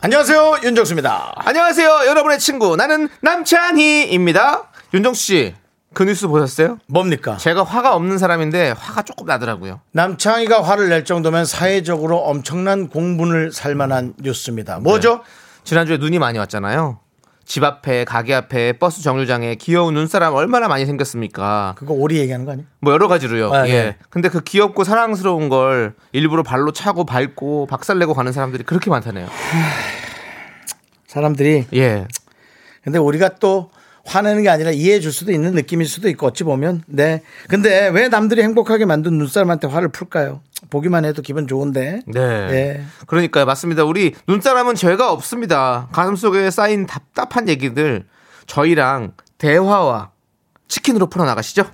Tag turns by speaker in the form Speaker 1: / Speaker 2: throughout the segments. Speaker 1: 안녕하세요 윤정수입니다.
Speaker 2: 안녕하세요, 여러분의 친구 나는 남찬희입니다. 윤정수 씨, 그 뉴스 보셨어요?
Speaker 1: 뭡니까?
Speaker 2: 제가 화가 없는 사람인데 화가 조금 나더라고요. 네.
Speaker 1: 남창희가 화를 낼 정도면 사회적으로 엄청난 공분을 살만한 뉴스입니다. 뭐죠?
Speaker 2: 지난주에 눈이 많이 왔잖아요. 집 앞에, 가게 앞에, 버스 정류장에 귀여운 눈사람 얼마나 많이 생겼습니까?
Speaker 1: 그거 오리 얘기하는 거 아니에요?
Speaker 2: 뭐 여러 가지로요.
Speaker 1: 아,
Speaker 2: 예.
Speaker 1: 네.
Speaker 2: 근데 그 귀엽고 사랑스러운 걸 일부러 발로 차고 밟고 박살내고 가는 사람들이 그렇게 많다네요.
Speaker 1: 사람들이
Speaker 2: 예.
Speaker 1: 근데 우리가 또 화내는 게 아니라 이해해 줄 수도 있는 느낌일 수도 있고 어찌 보면 네 근데 왜 남들이 행복하게 만든 눈사람한테 화를 풀까요 보기만 해도 기분 좋은데
Speaker 2: 네.
Speaker 1: 예.
Speaker 2: 그러니까요. 맞습니다. 우리 눈사람은 죄가 없습니다. 가슴속에 쌓인 답답한 얘기들 저희랑 대화와 치킨으로 풀어나가시죠.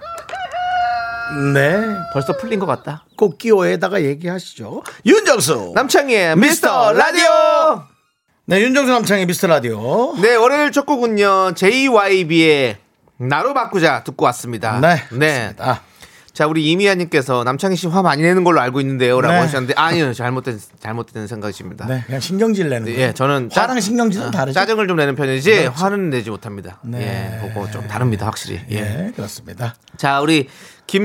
Speaker 1: 네.
Speaker 2: 벌써 풀린 것 같다.
Speaker 1: 꽃기호에다가 얘기하시죠 윤정수
Speaker 2: 남창희의 미스터 라디오!
Speaker 1: 네 윤정수 남창의 미스터 라디오
Speaker 2: 네, 월요일 첫 곡은요. JYB의 나로 바꾸자 듣고 왔습니다.
Speaker 1: 네, 그렇습니다.
Speaker 2: 자, 우리 이미아님께서 남창희 씨 화 많이 내는 걸로 알고 있는데요. 라고
Speaker 1: 네.
Speaker 2: 하셨는데, 아니요. 잘못된, 잘못된 생각이십니다.
Speaker 1: 네 그냥 신경질 내는 거
Speaker 2: 아, 예, 저는
Speaker 1: 화랑 신경질은
Speaker 2: 아,
Speaker 1: 다르죠 그렇죠.
Speaker 2: 짜증을 좀 내는 편이지 화는 내지 못합니다.
Speaker 1: 네.
Speaker 2: 예, 그거 좀 다릅니다, 확실히. 예.
Speaker 1: 예 그렇습니다
Speaker 2: 자, 우리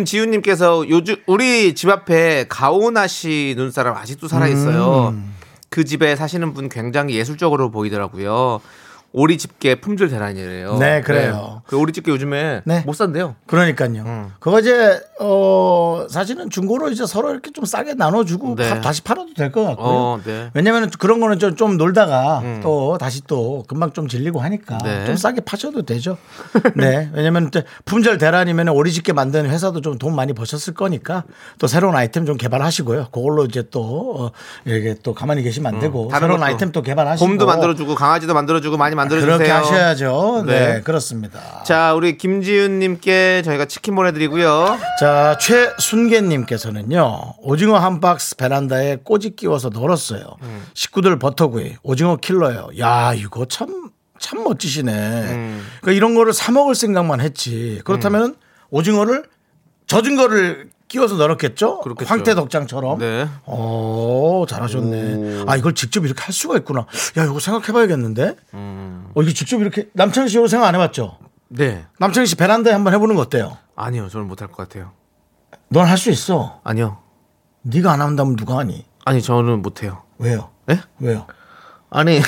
Speaker 2: 김지훈님께서 요즘 우리 집 앞에 가오나 씨 눈사람 아직도 살아 있어요.
Speaker 1: 음.
Speaker 2: 그 집에 사시는 분 굉장히 예술적으로 보이더라고요. 오리 집게 품질 대란이래요.
Speaker 1: 네, 그래요.
Speaker 2: 그 오리 집게 요즘에
Speaker 1: 네.
Speaker 2: 못 산대요.
Speaker 1: 그러니까요.
Speaker 2: 음.
Speaker 1: 그거 이제 어 사실은 중고로 이제 서로 이렇게 좀 싸게 나눠주고
Speaker 2: 네.
Speaker 1: 파- 다시 팔아도 될 것 같고요.
Speaker 2: 어, 네. 음.
Speaker 1: 왜냐하면 그런 거는 좀, 좀 놀다가 또 다시 또 금방 좀 질리고 하니까
Speaker 2: 네.
Speaker 1: 좀 싸게 파셔도 되죠. 네. 왜냐하면 품절 대란이면 오리집게 만드는 회사도 좀 돈 많이 버셨을 거니까 또 새로운 아이템 좀 개발하시고요. 그걸로 이제 또 어, 이렇게 또 가만히 계시면 안 되고
Speaker 2: 음, 다른
Speaker 1: 새로운
Speaker 2: 것도.
Speaker 1: 아이템 또 개발하시고
Speaker 2: 곰도 만들어주고 강아지도 만들어주고 많이 만들어주세요.
Speaker 1: 그렇게 하셔야죠. 네,
Speaker 2: 네.
Speaker 1: 그렇습니다.
Speaker 2: 자, 우리 김지훈님께 저희가 치킨 보내드리고요.
Speaker 1: 자, 최순계님께서는요, 오징어 한 박스 베란다에 꼬집 끼워서 널었어요.
Speaker 2: 음.
Speaker 1: 식구들 버터구이, 오징어 킬러예요. 야, 이거 참, 참 멋지시네.
Speaker 2: 음.
Speaker 1: 그러니까 이런 거를 사먹을 생각만 했지. 그렇다면 은 오징어를 젖은 거를 끼워서 널었겠죠?
Speaker 2: 그렇겠죠.
Speaker 1: 황태 덕장처럼.
Speaker 2: 네.
Speaker 1: 오, 잘하셨네. 아, 이걸 직접 이렇게 할 수가 있구나. 야, 이거 생각해봐야겠는데?
Speaker 2: 음.
Speaker 1: 어, 이거 직접 이렇게, 남창희 씨 이거 생각 안 해봤죠?
Speaker 2: 네.
Speaker 1: 남창희 씨 베란다에 한번 해보는 거 어때요?
Speaker 2: 아니요, 저는 못할 것 같아요.
Speaker 1: 넌 할 수 있어.
Speaker 2: 아니요.
Speaker 1: 네가 안 한다면 누가 하니?
Speaker 2: 아니, 저는 못해요.
Speaker 1: 왜요?
Speaker 2: 네?
Speaker 1: 왜요?
Speaker 2: 아니.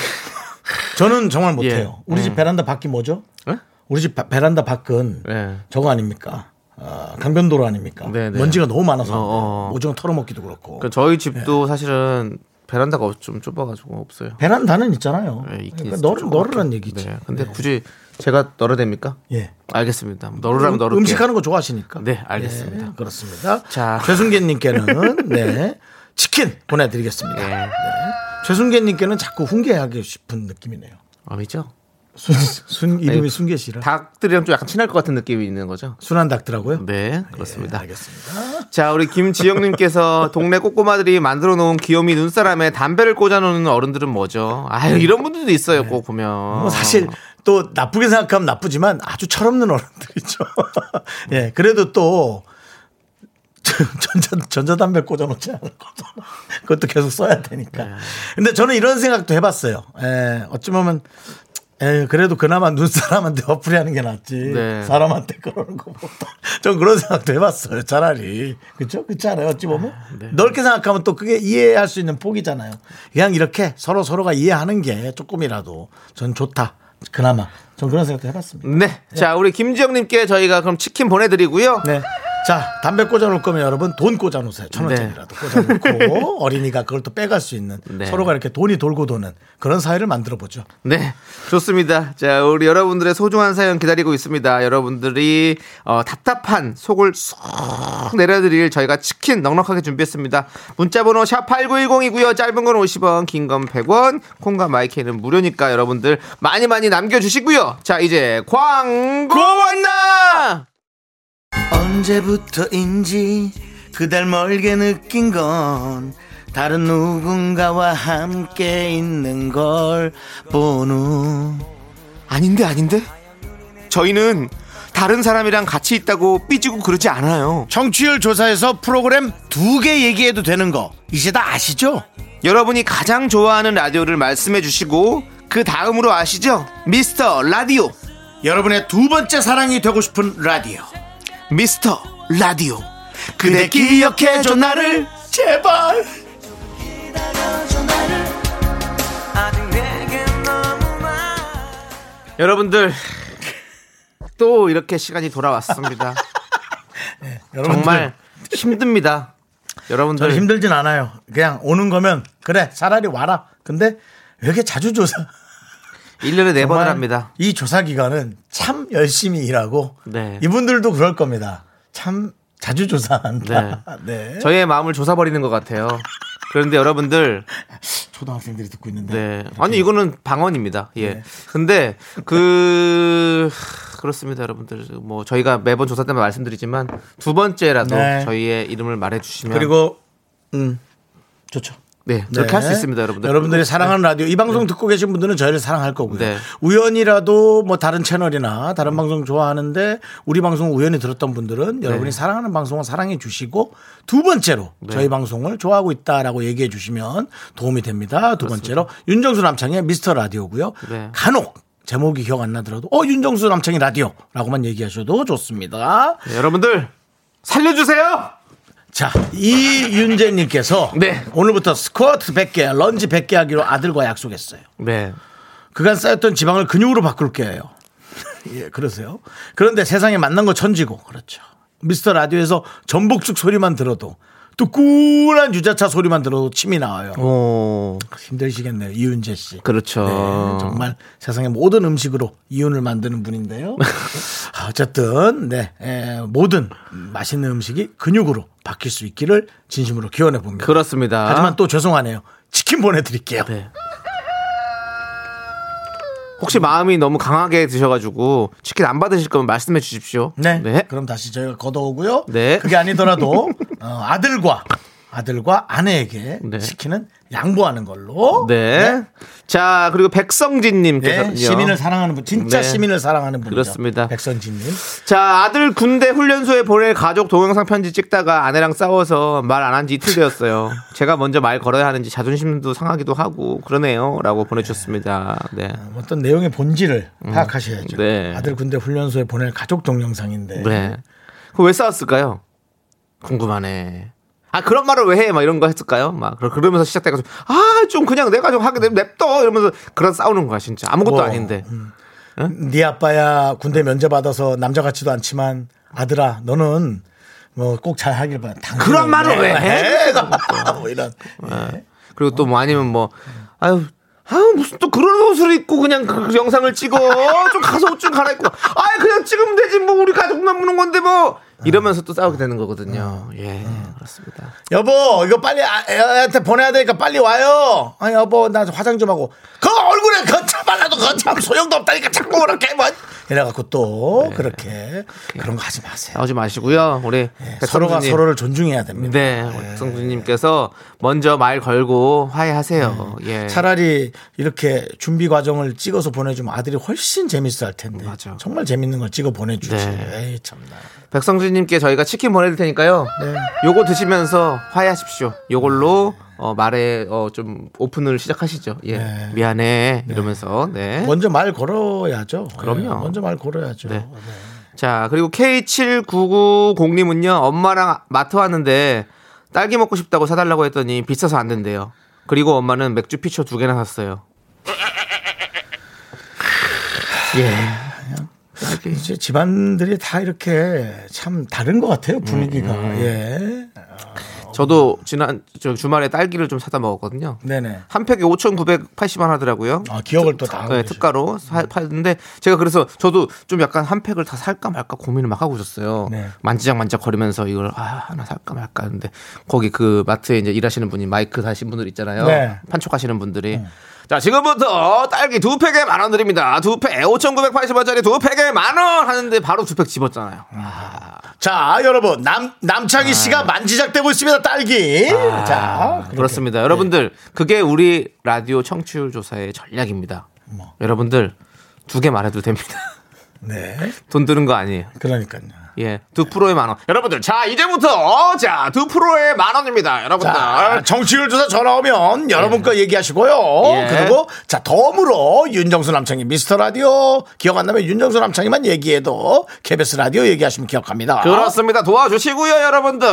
Speaker 1: 저는
Speaker 2: 예.
Speaker 1: 정말 못해요. 우리 집 베란다 밖이 뭐죠?
Speaker 2: 네?
Speaker 1: 우리 집 바- 베란다 밖은
Speaker 2: 음. 네.
Speaker 1: 저거 아닙니까? 아, 강변도로 아닙니까?
Speaker 2: 네, 네.
Speaker 1: 먼지가 너무 많아서
Speaker 2: 어, 어.
Speaker 1: 오징어 털어먹기도 그렇고.
Speaker 2: 그러니까
Speaker 1: 네.
Speaker 2: 저희 집도 사실은 베란다가 없- 좀 좁아가지고 없어요.
Speaker 1: 베란다는 있잖아요.
Speaker 2: 네, 있긴
Speaker 1: 그러니까
Speaker 2: 있-
Speaker 1: 너를
Speaker 2: 좀
Speaker 1: 너를란
Speaker 2: 좁게.
Speaker 1: 얘기지.
Speaker 2: 네, 근데 굳이 제가 널어 됩니까?
Speaker 1: 예.
Speaker 2: 알겠습니다. 널으라면 널어.
Speaker 1: 음식하는 거 좋아하시니까.
Speaker 2: 네, 알겠습니다.
Speaker 1: 네, 그렇습니다.
Speaker 2: 자.
Speaker 1: 최순계님께는 네 치킨 보내드리겠습니다. 네.
Speaker 2: 예.
Speaker 1: 최순계님께는 자꾸 훈계하기 싶은 느낌이네요.
Speaker 2: 아니죠?
Speaker 1: 순, 순 이름이
Speaker 2: 아니,
Speaker 1: 순계 씨라.
Speaker 2: 닭들이랑 좀 약간 친할 것 같은 느낌이 있는 거죠?
Speaker 1: 순한 닭더라고요.
Speaker 2: 네, 그렇습니다.
Speaker 1: 예, 알겠습니다.
Speaker 2: 자, 우리 김지영님께서 동네 꼬꼬마들이 만들어 놓은 귀요미 눈사람에 담배를 꽂아놓는 어른들은 뭐죠? 아유, 이런 분들도 있어요, 꼭 보면.
Speaker 1: 뭐 사실 또 나쁘게 생각하면 나쁘지만 아주 철없는 어른들이죠. 예, 그래도 또 전자 전자담배 꽂아놓지 않을 거잖아. 그것도 계속 써야 되니까. 근데 저는 이런 생각도 해봤어요. 예, 어찌 보면 에 그래도 그나마 눈 사람한테 어플이 하는 게 낫지
Speaker 2: 네.
Speaker 1: 사람한테 그러는 것보다 전 그런 생각도 해봤어요 차라리 그렇죠 그렇지 않아요 어찌 보면
Speaker 2: 네.
Speaker 1: 넓게 생각하면 또 그게 이해할 수 있는 폭이잖아요 그냥 이렇게 서로 서로가 이해하는 게 조금이라도 전 좋다 그나마 전 그런 생각도 해봤습니다
Speaker 2: 네. 자, 우리 김지영님께 저희가 그럼 치킨 보내드리고요.
Speaker 1: 네 자, 담배 꽂아놓을 거면 여러분 돈 꽂아놓으세요. 천
Speaker 2: 네.
Speaker 1: 원짜리라도 꽂아놓고 어린이가 그걸 또 빼갈 수 있는
Speaker 2: 네.
Speaker 1: 서로가 이렇게 돈이 돌고 도는 그런 사회를 만들어 보죠.
Speaker 2: 네, 좋습니다. 자, 우리 여러분들의 소중한 사연 기다리고 있습니다. 여러분들이 어, 답답한 속을 쏙 내려드릴 저희가 치킨 넉넉하게 준비했습니다. 문자번호 샵 8910이고요. 짧은 건 50원, 긴 건 100원, 콩과 마이크는 무료니까 여러분들 많이 많이 남겨주시고요. 자, 이제 광고 왔나!
Speaker 1: 언제부터인지 그댈 멀게 느낀 건 다른 누군가와 함께 있는 걸 보는
Speaker 2: 아닌데, 아닌데? 저희는 다른 사람이랑 같이 있다고 삐지고 그러지 않아요.
Speaker 1: 청취율 조사에서 프로그램 두 개 얘기해도 되는 거 이제 다 아시죠?
Speaker 2: 여러분이 가장 좋아하는 라디오를 말씀해 주시고 그 다음으로 아시죠? 미스터 라디오
Speaker 1: 여러분의 두 번째 사랑이 되고 싶은 라디오
Speaker 2: 미스터 라디오 그대 기억해 줘 나를
Speaker 1: 제발
Speaker 2: 여러분들 또 이렇게 시간이 돌아왔습니다 정말 힘듭니다
Speaker 1: 저는
Speaker 2: 여러분들
Speaker 1: 힘들진 않아요. 그냥 오는 거면 그래 차라리 와라. 근데 왜 이렇게 자주 조사?
Speaker 2: 1년에 네번을
Speaker 1: 정말
Speaker 2: 합니다
Speaker 1: 이 조사 기간은 참 열심히 일하고
Speaker 2: 네.
Speaker 1: 이분들도 그럴 겁니다. 참 자주 조사한다. 네.
Speaker 2: 저희의 마음을 조사버리는 것 같아요 그런데 여러분들
Speaker 1: 초등학생들이 듣고 있는데
Speaker 2: 네. 아니 이거는 방언입니다. 예. 근데 그 그렇습니다, 여러분들. 뭐 저희가 매번 조사 때마다 말씀드리지만 두 번째라도
Speaker 1: 네.
Speaker 2: 저희의 이름을 말해 주시면
Speaker 1: 그리고 음 좋죠.
Speaker 2: 네. 그렇게
Speaker 1: 네.
Speaker 2: 할 수 있습니다, 여러분들.
Speaker 1: 여러분들이
Speaker 2: 그리고-
Speaker 1: 사랑하는 라디오 이 방송 듣고 계신 분들은 저희를 사랑할 거고요.
Speaker 2: 네.
Speaker 1: 우연이라도 뭐 다른 채널이나 다른 방송 좋아하는데 우리 방송 우연히 들었던
Speaker 2: 네.
Speaker 1: 분들은 여러분이 사랑하는 방송을 사랑해 주시고 두 번째로
Speaker 2: 네.
Speaker 1: 저희 방송을 좋아하고 있다라고 얘기해 주시면 도움이 됩니다. 두 번째로 윤정수 남창의 미스터 라디오고요.
Speaker 2: 네.
Speaker 1: 간혹 제목이 기억 안 나더라도 어 윤정수 남창의 라디오라고만 얘기하셔도 좋습니다.
Speaker 2: 네, 여러분들 살려 주세요.
Speaker 1: 자, 이윤재님께서
Speaker 2: 네.
Speaker 1: 오늘부터 스쿼트 100개, 런지 100개 하기로 아들과 약속했어요.
Speaker 2: 네.
Speaker 1: 그간 쌓였던 지방을 근육으로 바꿀게요. 예, 그러세요. 그런데 세상에 만난 거 천지고 그렇죠. 미스터 라디오에서 전복죽 소리만 들어도 뚜꾸란 유자차 소리만 들어도 침이 나와요.
Speaker 2: 오.
Speaker 1: 힘드시겠네요, 이윤재 씨.
Speaker 2: 그렇죠.
Speaker 1: 어. 네, 정말 세상의 모든 음식으로 이윤을 만드는 분인데요. 아, 어쨌든 네 에, 모든 맛있는 음식이 근육으로 바뀔 수 있기를 진심으로 기원해 봅니다.
Speaker 2: 그렇습니다.
Speaker 1: 하지만 또 죄송하네요. 치킨 보내드릴게요.
Speaker 2: 네. 혹시 마음이 너무 강하게 드셔가지고 치킨 안 받으실 거면 말씀해 주십시오.
Speaker 1: 네. 그럼 다시 저희가 걷어오고요.
Speaker 2: 네.
Speaker 1: 그게 아니더라도 어, 아들과 아들과 아내에게
Speaker 2: 네.
Speaker 1: 치킨은 양보하는 걸로.
Speaker 2: 네. 자 그리고 백성진님께서
Speaker 1: 네,
Speaker 2: 요
Speaker 1: 시민을 사랑하는 분, 진짜
Speaker 2: 네.
Speaker 1: 시민을 사랑하는 분이죠.
Speaker 2: 그렇습니다.
Speaker 1: 백선진님.
Speaker 2: 자 아들 군대 훈련소에 보낼 가족 동영상 편지 찍다가 아내랑 싸워서 말 안 한 지 이틀 되었어요. 제가 먼저 말 걸어야 하는지 자존심도 상하기도 하고 그러네요라고 보내주셨습니다. 네.
Speaker 1: 어떤 내용의 본질을 파악하셔야죠.
Speaker 2: 음. 네.
Speaker 1: 아들 군대 훈련소에 보낼 가족 동영상인데.
Speaker 2: 네. 그 왜 싸웠을까요? 궁금하네. 아 그런 말을 왜 해? 막 이런 거 했을까요? 막 그러- 그러면서 시작돼가지고 아 좀 그냥 내가 좀 하게 되면 냅둬 이러면서 그런 싸우는 거야 진짜 아무것도
Speaker 1: 뭐,
Speaker 2: 아닌데.
Speaker 1: 네 아빠야 군대 면제 받아서 남자 같지도 않지만 아들아 너는 뭐 꼭 잘 하길 바라. 당신은
Speaker 2: 그런 말을 왜 해? 그러니까.
Speaker 1: 뭐 이런. 예.
Speaker 2: 그리고 또 뭐 아니면 뭐 아유 아유 무슨 또 그런 옷을 입고 그냥 그, 그 영상을 찍어 좀 가서 옷 좀 갈아입고 아유 그냥 찍으면 되지 뭐 우리 가족만 보는 건데 뭐 이러면서 또 싸우게 되는 거거든요
Speaker 1: 음.
Speaker 2: 예 그렇습니다
Speaker 1: 여보 이거 빨리 아- 애한테 보내야 되니까 빨리 와요. 아 여보 나 화장 좀 하고 그 얼굴에 그참 발라도 그참 소용도 없다니까 자꾸 그렇게 뭐 이래갖고 또
Speaker 2: 네.
Speaker 1: 그렇게 그런 거 하지 마세요.
Speaker 2: 싸우지 마시고요 우리
Speaker 1: 예, 서로가
Speaker 2: 백성준님.
Speaker 1: 서로를 예. 존중해야 됩니다.
Speaker 2: 네 우리 백성준님께서 먼저 말 걸고 화해하세요
Speaker 1: 음.
Speaker 2: 예
Speaker 1: 차라리 이렇게 준비 과정을 찍어서 보내주면 아들이 훨씬 재밌어 할 텐데.
Speaker 2: 맞아.
Speaker 1: 정말 재밌는 걸 찍어 보내주지.
Speaker 2: 네.
Speaker 1: 에이, 참나.
Speaker 2: 백성준님께 저희가 치킨 보내드릴 테니까요
Speaker 1: 네.
Speaker 2: 요거 드시면서 화해하십시오 요걸로 어, 말에 어, 좀 오픈을 시작하시죠 예
Speaker 1: 네.
Speaker 2: 미안해 이러면서 네
Speaker 1: 먼저 말 걸어야죠.
Speaker 2: 그럼요.
Speaker 1: 예, 먼저 말 걸어야죠.
Speaker 2: 네. 자, 그리고 K7990님은요, 엄마랑 마트 왔는데 딸기 먹고 싶다고 사달라고 했더니 비싸서 안 된대요. 그리고 엄마는 맥주 피처 두 개나 샀어요. 예.
Speaker 1: 이제 집안들이 다 이렇게 참 다른 것 같아요 분위기가.
Speaker 2: 음,
Speaker 1: 예.
Speaker 2: 저도 지난 저 주말에 딸기를 좀 사다 먹었거든요.
Speaker 1: 네네.
Speaker 2: 한 팩에 5,980원 하더라고요.
Speaker 1: 아 기억을 또 음. 다.
Speaker 2: 네, 특가로 사- 팔는데 제가 그래서 저도 좀 약간 한 팩을 다 살까 말까 고민을 막 하고 있었어요.
Speaker 1: 네.
Speaker 2: 만지작만지작 거리면서 이걸 아, 하나 살까 말까 하는데 거기 그 마트에 이제 일하시는 분이 마이크 사신 분들 있잖아요.
Speaker 1: 네. 음.
Speaker 2: 판촉하시는 분들이 자, 지금부터 딸기 두 팩에 만 원 드립니다. 두 팩, 5,980원짜리 두 팩에 만 원 하는데 바로 두 팩 집었잖아요.
Speaker 1: 자 여러분 남 남창희 씨가 만지작되고 있습니다 딸기. 자
Speaker 2: 아, 그렇습니다 여러분들 그게 우리 라디오 청취율 조사의 전략입니다. 여러분들 두 개 말해도 됩니다.
Speaker 1: 네.
Speaker 2: 돈 드는 거 아니에요.
Speaker 1: 그러니까요.
Speaker 2: 예, 두 프로에 만 원. 여러분들 자 이제부터 자두 프로에 만 원입니다. 여러분들
Speaker 1: 자, 아. 정치율 조사 전화 오면 여러분 거 얘기하시고요.
Speaker 2: 예.
Speaker 1: 그리고 자 덤으로 윤정수 남창희 미스터 라디오 기억 안 나면 윤정수 남창희만 얘기해도 KBS 라디오 얘기하시면 기억합니다.
Speaker 2: 그렇습니다. 도와주시고요, 여러분들.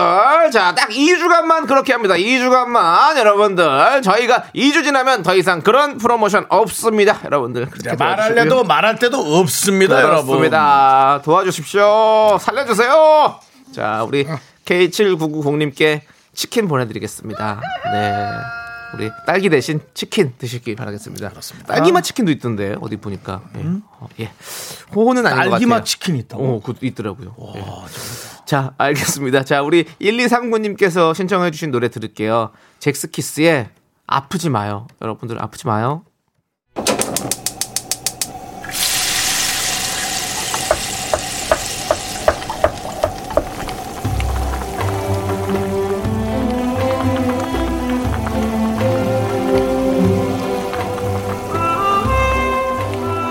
Speaker 2: 자, 딱 2주간만 그렇게 합니다. 2주간만 여러분들 저희가 2주 지나면 더 이상 그런 프로모션 없습니다, 여러분들. 그렇게
Speaker 1: 자,
Speaker 2: 도와주시고요.
Speaker 1: 말하려도 말할 때도 없습니다, 여러분.
Speaker 2: 그렇습니다. 도와주십시오. 살려주세요. 자, 우리 K7990님께 치킨 보내드리겠습니다. 네. 우리 딸기 대신 치킨 드시기 바라겠습니다. 딸기맛 치킨도 있던데, 어디 보니까. 예. 어, 예. 호호는 아닌 것 같아요.
Speaker 1: 딸기맛 치킨이 있다고?
Speaker 2: 어, 그, 있더라고요. 예. 자, 알겠습니다. 자, 우리 1239님께서 신청해주신 노래 들을게요. 잭스키스의 아프지 마요. 여러분들 아프지 마요.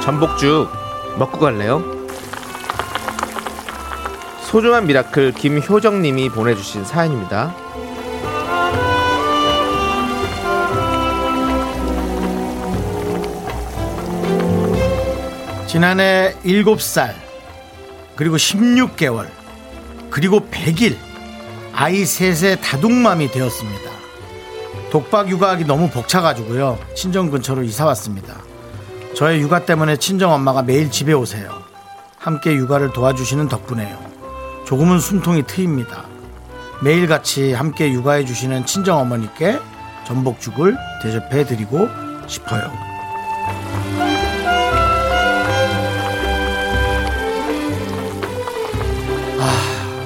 Speaker 2: 전복죽 먹고 갈래요? 소중한 미라클 김효정님이 보내주신 사연입니다.
Speaker 1: 지난해 7살, 그리고 16개월, 그리고 100일, 아이 셋의 다둥맘이 되었습니다. 독박 육아하기 너무 벅차가지고요. 친정 근처로 이사왔습니다. 저의 육아 때문에 친정 엄마가 매일 집에 오세요. 함께 육아를 도와주시는 덕분에요. 조금은 숨통이 트입니다. 매일같이 함께 육아해 주시는 친정 어머니께 전복죽을 대접해 드리고 싶어요.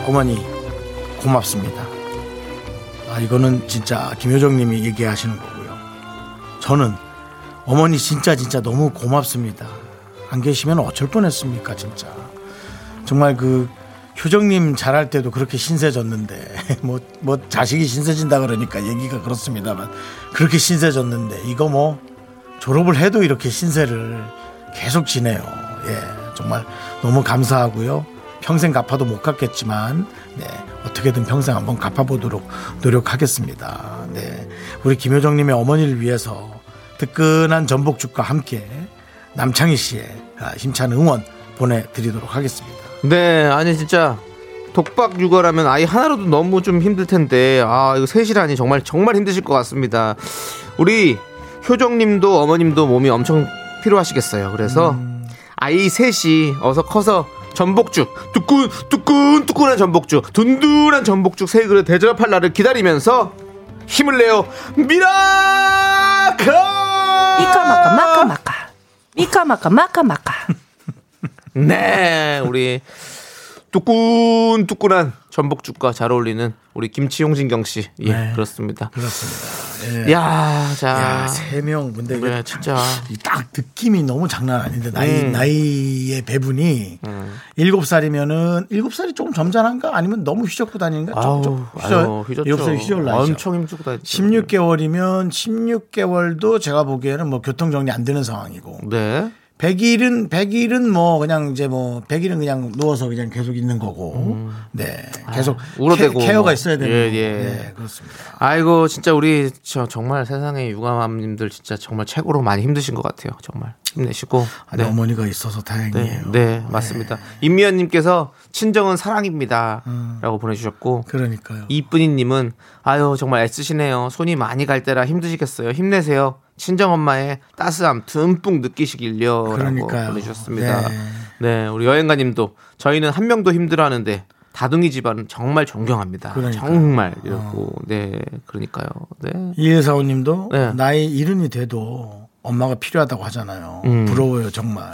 Speaker 1: 어머니 고맙습니다. 아 이거는 진짜 김효정님이 얘기하시는 거고요. 저는 어머니 진짜 진짜 너무 고맙습니다. 안 계시면 어쩔 뻔했습니까 진짜. 정말 그 효정님 잘할 때도 그렇게 신세졌는데 뭐 뭐 자식이 신세진다 그러니까 얘기가 그렇습니다만 그렇게 신세졌는데 이거 뭐 졸업을 해도 이렇게 신세를 계속 지내요. 예, 정말 너무 감사하고요. 평생 갚아도 못 갚겠지만, 네, 어떻게든 평생 한번 갚아보도록 노력하겠습니다. 네, 우리 김효정님의 어머니를 위해서 뜨끈한 전복죽과 함께 남창희 씨의 아, 힘찬 응원 보내드리도록 하겠습니다.
Speaker 2: 네, 아니 진짜 독박 육아라면 아이 하나로도 너무 좀 힘들 텐데 아 이거 셋이라니 정말 정말 힘드실 것 같습니다. 우리 효정님도 어머님도 몸이 엄청 필요하시겠어요. 그래서 아이 셋이 어서 커서 전복죽 뚜끈 뚜끈 뚜끈한 전복죽 둔둔한 전복죽 세 그릇 대접할 날을 기다리면서 힘을 내요 미라클
Speaker 3: 미카마카
Speaker 4: 아.
Speaker 3: 마카마카 미카마카 마카마카
Speaker 2: 네, 우리 뚜끈뚜끈한 전복죽과 잘 어울리는 우리 김치용진경 씨. 예,
Speaker 1: 네.
Speaker 2: 그렇습니다.
Speaker 1: 그렇습니다. 예.
Speaker 2: 야, 자.
Speaker 1: 야, 세 명. 근데 이게
Speaker 2: 그래, 진짜.
Speaker 1: 이딱 느낌이 너무 장난 아닌데 나이
Speaker 2: 음.
Speaker 1: 나이의 배분이 일곱 살이면은 일곱 살이 조금 점잖은가 아니면 너무 휘젓고 다니는가
Speaker 2: 아우,
Speaker 1: 조금
Speaker 2: 아유, 휘졌죠.
Speaker 1: 일곱 살이 휘젓 나이죠.
Speaker 2: 엄청 힘주고 다녔죠.
Speaker 1: 16개월이면 16개월도 제가 보기에는 뭐 교통 정리 안 되는 상황이고
Speaker 2: 네.
Speaker 1: 100일은 100일은 뭐 그냥 이제 뭐 100일은 그냥 누워서 그냥 계속 있는 거고 네 계속
Speaker 2: 음. 아, 울어대고
Speaker 1: 케, 어가
Speaker 2: 뭐.
Speaker 1: 있어야 되는
Speaker 2: 예,
Speaker 1: 거고.
Speaker 2: 예.
Speaker 1: 네 그렇습니다
Speaker 2: 아이고, 진짜 우리 저 정말 세상에 육아맘님들 진짜 정말 최고로 많이 힘드신 것 같아요. 정말 힘내시고.
Speaker 1: 아니, 어머니가 있어서
Speaker 2: 네,
Speaker 1: 다행이에요
Speaker 2: 네, 맞습니다. 임미연님께서 친정은
Speaker 1: 음.
Speaker 2: 사랑입니다.라고 보내주셨고
Speaker 1: 그러니까요
Speaker 2: 이쁜이님은 아유 정말 애쓰시네요. 손이 많이 갈 때라 힘드시겠어요. 힘내세요. 친정 엄마의 따스함 듬뿍 느끼시길요라고
Speaker 1: 그러니까요.
Speaker 2: 보내주셨습니다.
Speaker 1: 네.
Speaker 2: 네, 우리 여행가님도 저희는 한 명도 힘들어하는데 다둥이 집안은 정말 존경합니다.
Speaker 1: 그러니까요. 어.
Speaker 2: 정말 이러고 네, 그러니까요. 네,
Speaker 1: 음. 이일사오님도
Speaker 2: 네.
Speaker 1: 나이 이른이 돼도 엄마가 필요하다고 하잖아요. 부러워요 정말.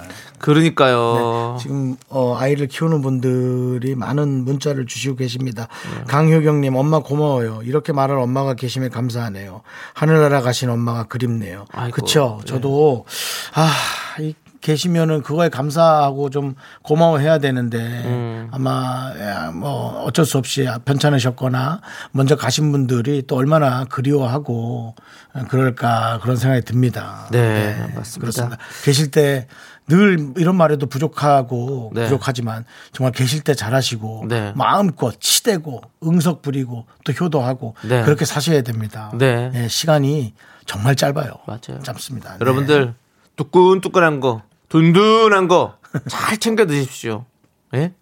Speaker 2: 그러니까요.
Speaker 1: 지금 어, 아이를 키우는 분들이 많은 문자를 주시고 계십니다.
Speaker 2: 네.
Speaker 1: 강효경님 엄마 고마워요. 이렇게 말할 엄마가 계심에 감사하네요. 하늘나라 가신 엄마가 그립네요.
Speaker 2: 아이고,
Speaker 1: 그쵸? 저도 아, 이 계시면은 그거에 감사하고 좀 고마워해야 되는데
Speaker 2: 음.
Speaker 1: 아마 야, 뭐 어쩔 수 없이 편찮으셨거나 먼저 가신 분들이 또 얼마나 그리워하고 그럴까 그런 생각이 듭니다.
Speaker 2: 네, 맞습니다.
Speaker 1: 그렇습니다. 계실 때 늘 이런 말에도 부족하고
Speaker 2: 네.
Speaker 1: 부족하지만 정말 계실 때 잘하시고
Speaker 2: 네.
Speaker 1: 마음껏 치대고 응석 부리고 또 효도하고
Speaker 2: 네.
Speaker 1: 그렇게 사셔야 됩니다.
Speaker 2: 네.
Speaker 1: 예, 시간이 정말 짧아요.
Speaker 2: 맞아요.
Speaker 1: 짧습니다. 네.
Speaker 2: 여러분들 뚜끈뚜끈한 거, 둔둔한 거 잘 챙겨 드십시오. 예?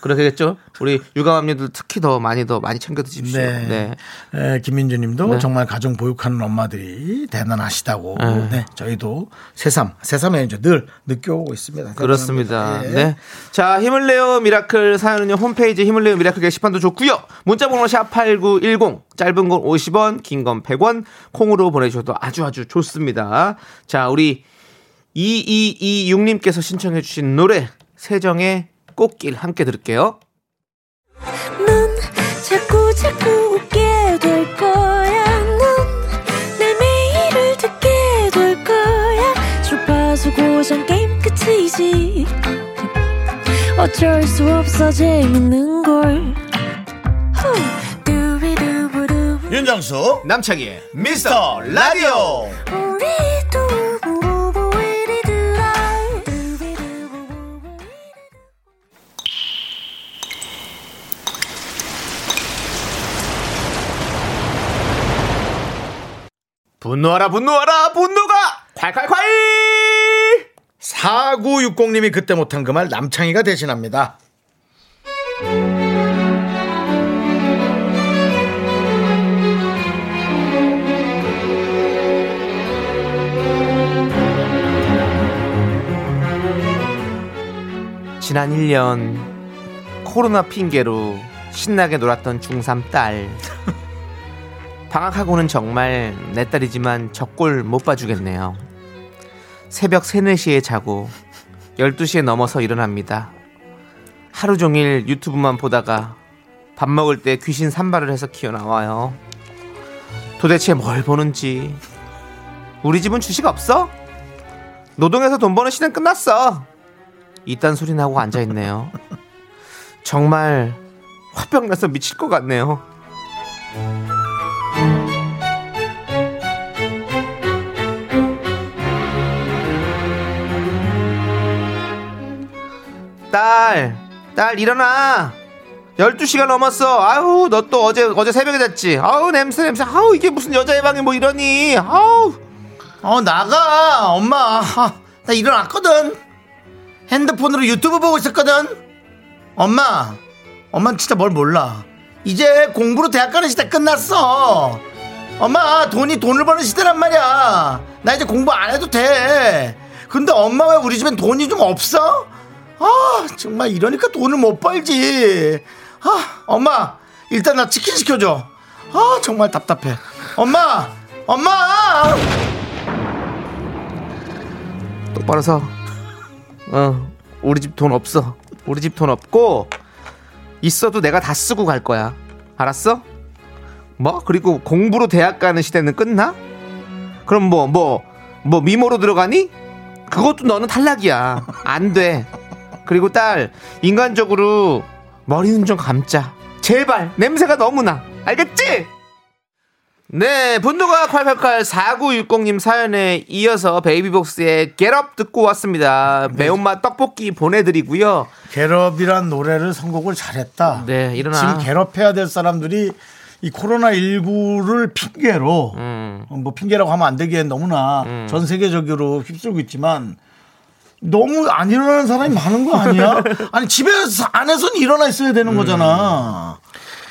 Speaker 2: 그러겠죠? 우리 육아맘님들 특히 더 많이 더 많이 챙겨 드십시오.
Speaker 1: 네.
Speaker 2: 네.
Speaker 1: 에, 김민주님도
Speaker 2: 네.
Speaker 1: 정말 가정 보육하는 엄마들이 대단하시다고.
Speaker 2: 네.
Speaker 1: 네. 저희도 새삼 새삼에 이제 늘 느껴오고 있습니다.
Speaker 2: 그렇습니다.
Speaker 1: 대단합니다. 예.
Speaker 2: 네. 자, 힘을 내요 미라클 사연은요. 홈페이지 힘을 내요 미라클 게시판도 좋고요. 문자 번호 샵8910 짧은 건 50원, 긴 건 100원 콩으로 보내 주셔도 아주 아주 좋습니다. 자, 우리 2226님께서 신청해 주신 노래 세정의 꽃길 함께 들을게요.
Speaker 4: 넌 자꾸 자꾸 웃게 될 거야. 넌내 매일을 듣게 될 거야. 주파수 고정 게임 끝이지. 어쩔 수 없어 재밌는 걸. 후. 두비두부두.
Speaker 1: 윤정수
Speaker 2: 어? 남창희의 미스터 라디오.
Speaker 4: 우리 두부부부 우리 두라. 두비두부부부 우리 두라.
Speaker 2: 분노하라 분노하라 분노가 콸콸콸!
Speaker 1: 4960님이 그때 못한 그 말 남창희가 대신합니다.
Speaker 2: 지난 1년 코로나 핑계로 신나게 놀았던 중3 딸 방학하고는 정말 내 딸이지만 적골 못 봐주겠네요 새벽 3, 4시에 자고 12시에 넘어서 일어납니다 하루 종일 유튜브만 보다가 밥 먹을 때 귀신 산발을 해서 키워나와요 도대체 뭘 보는지 우리 집은 주식 없어? 노동해서 돈 버는 시대는 끝났어 이딴 소리 나고 앉아 있네요. 정말 화병 나서 미칠 것 같네요. 딸, 딸 일어나. 12시가 넘었어. 아우, 너 또 어제 어제 새벽에 잤지. 아우, 냄새 냄새. 아우, 이게 무슨 여자의 방이 뭐 이러니. 아우.
Speaker 1: 어 나가 엄마 아, 나 일어났거든 핸드폰으로 유튜브 보고 있었거든 엄마 엄마 진짜 뭘 몰라 이제 공부로 대학 가는 시대 끝났어 엄마 돈이 돈을 버는 시대란 말이야 나 이제 공부 안 해도 돼 근데 엄마 왜 우리 집엔 돈이 좀 없어? 아 정말 이러니까 돈을 못 벌지 아 엄마 일단 나 치킨 시켜줘 아 정말 답답해 엄마 엄마
Speaker 2: 똑바로 서. 어, 우리 집 돈 없어. 우리 집 돈 없고 있어도 내가 다 쓰고 갈 거야. 알았어? 뭐? 그리고 공부로 대학 가는 시대는 끝나? 그럼 뭐, 뭐, 뭐 미모로 들어가니? 그것도 너는 탈락이야. 안 돼. 그리고 딸, 인간적으로 머리는 좀 감자. 제발, 냄새가 너무 나. 알겠지? 네, 분노가 콸콸콸 4960님 사연에 이어서 베이비복스의 겟업 듣고 왔습니다. 매운맛 떡볶이 보내드리고요.
Speaker 1: 괴롭이란 노래를 선곡을 잘했다.
Speaker 2: 네, 일어나.
Speaker 1: 지금 괴롭해야 될 사람들이 이 코로나 19를 핑계로
Speaker 2: 음.
Speaker 1: 어, 뭐 핑계라고 하면 안 되기엔 너무나 전 세계적으로 휩쓸고 있지만 너무 안 일어나는 사람이 많은 거 아니야? 아니 집에서 안에서는 일어나 있어야 되는 거잖아.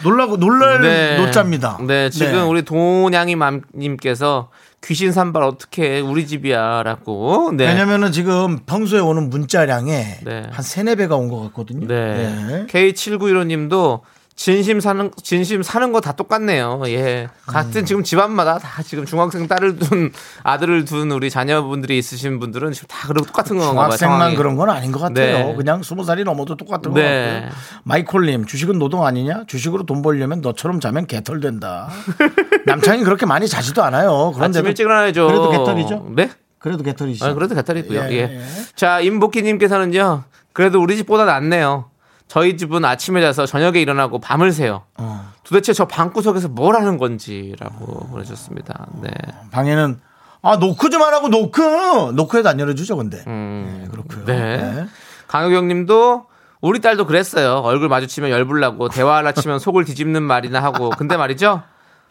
Speaker 1: 놀라고 놀랄
Speaker 2: 음. 네.
Speaker 1: 노자입니다.
Speaker 2: 네, 지금 우리 동양이 맘님께서 귀신 산발 어떻게 해? 우리 집이야라고. 네.
Speaker 1: 왜냐면은 지금 평소에 오는 문자량에
Speaker 2: 네.
Speaker 1: 한 세네 배가 온 것 같거든요.
Speaker 2: 네.
Speaker 1: 네.
Speaker 2: K7915님도 진심 사는 진심 사는 거 다 똑같네요. 예.
Speaker 1: 음.
Speaker 2: 같은 지금 집안마다 다 지금 중학생 딸을 둔 아들을 둔 우리 자녀분들이 있으신 분들은 지금 다 그러고 똑같은 건가 봐요.
Speaker 1: 중학생만
Speaker 2: 상황이.
Speaker 1: 그런 건 아닌 것 같아요.
Speaker 2: 네.
Speaker 1: 그냥 스무 살이 넘어도 똑같은
Speaker 2: 네.
Speaker 1: 것 같아요. 마이콜님, 주식은 노동 아니냐? 주식으로 돈 벌려면 너처럼 자면 개털된다. 남창이 그렇게 많이 자지도 않아요.
Speaker 2: 아침
Speaker 1: 그런데도
Speaker 2: 일찍 일어나야죠.
Speaker 1: 뭐 그래도 개털이죠?
Speaker 2: 네?
Speaker 1: 그래도 개털이시죠.
Speaker 2: 아, 그래도 개털이고요.
Speaker 1: 예,
Speaker 2: 예.
Speaker 1: 예.
Speaker 2: 자, 임복희님께서는요. 그래도 우리 집보다 낫네요. 저희 집은 아침에 자서 저녁에 일어나고 밤을 새요. 도대체 저 방구석에서 뭘 하는 건지라고 보내셨습니다. 네.
Speaker 1: 어. 방에는 아 노크 좀 하라고 노크 노크에도 안 열어주죠 근데
Speaker 2: 음,
Speaker 1: 네, 그렇고요.
Speaker 2: 네.
Speaker 1: 네.
Speaker 2: 강효경님도 우리 딸도 그랬어요. 얼굴 마주치면 열불나고 대화하라 치면 속을 뒤집는 말이나 하고. 근데 말이죠.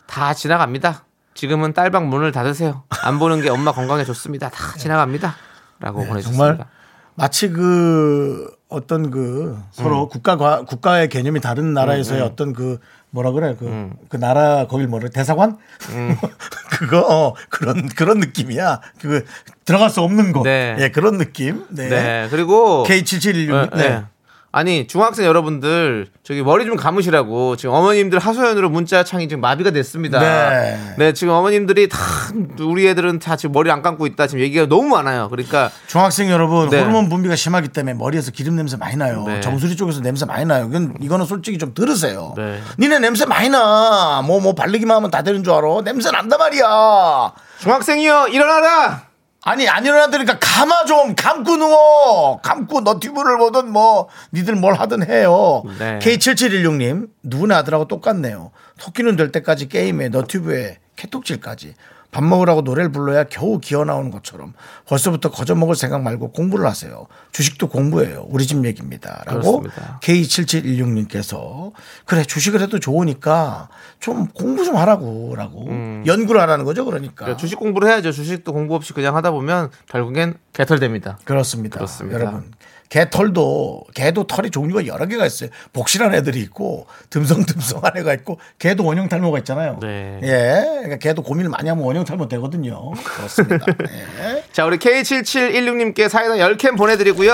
Speaker 2: 다 지나갑니다. 지금은 딸방 문을 닫으세요. 안 보는 게 엄마 건강에 좋습니다. 다 지나갑니다. 라고 보내주셨습니다.
Speaker 1: 네, 정말 마치 그 어떤 그
Speaker 2: 음.
Speaker 1: 서로 국가과 국가의 개념이 다른 나라에서의 어떤 그 뭐라 그래 그 그
Speaker 2: 음.
Speaker 1: 나라 거길 뭐래 대사관 그거 어 그런 그런 느낌이야 그 들어갈 수 없는 곳
Speaker 2: 네.
Speaker 1: 예, 그런 느낌 네,
Speaker 2: 네. 그리고
Speaker 1: K7716 네.
Speaker 2: 예. 아니 중학생 여러분들 저기 머리 좀 감으시라고 지금 어머님들 하소연으로 문자 창이 지금 마비가 됐습니다.
Speaker 1: 네.
Speaker 2: 지금 어머님들이 다 우리 애들은 다 지금 머리 안 감고 있다 지금 얘기가 너무 많아요. 그러니까
Speaker 1: 중학생 여러분
Speaker 2: 네.
Speaker 1: 호르몬 분비가 심하기 때문에 머리에서 기름 냄새 많이 나요.
Speaker 2: 네.
Speaker 1: 정수리 쪽에서 냄새 많이 나요. 이건 이거는 솔직히 좀 들으세요.
Speaker 2: 네.
Speaker 1: 니네 냄새 많이 나. 뭐 뭐 바르기만 하면 다 되는 줄 알아. 냄새 난단 말이야.
Speaker 2: 중학생이여 일어나라.
Speaker 1: 아니 안 일어나더니까 감아 좀 감고 누워 감고 너튜브를 보든 뭐 니들 뭘 하든 해요
Speaker 2: 네.
Speaker 1: K7716님 누구나 아들하고 똑같네요 토끼는 될 때까지 게임에 너튜브에 캐톡질까지 밥 먹으라고 노래를 불러야 겨우 기어나오는 것처럼 벌써부터 거저먹을 생각 말고 공부를 하세요 주식도 공부예요 우리 집 얘기입니다 라고
Speaker 2: 그렇습니다.
Speaker 1: K7716님께서 그래 주식을 해도 좋으니까 좀 공부 좀 하라고 라고 연구를 하라는 거죠 그러니까
Speaker 2: 음. 그러니까 주식 공부를 해야죠. 주식도 공부 없이 그냥 하다 보면 결국엔 개털됩니다.
Speaker 1: 그렇습니다.
Speaker 2: 그렇습니다.
Speaker 1: 여러분. 개털도 개도 털이 종류가 여러 개가 있어요. 복실한 애들이 있고 듬성듬성한 애가 있고 개도 원형 탈모가 있잖아요.
Speaker 2: 네.
Speaker 1: 예. 그러니까 개도 고민을 많이 하면 원형 탈모 되거든요. 그렇습니다. 예.
Speaker 2: 자 우리 K7716님께 사이다 10캔 보내드리고요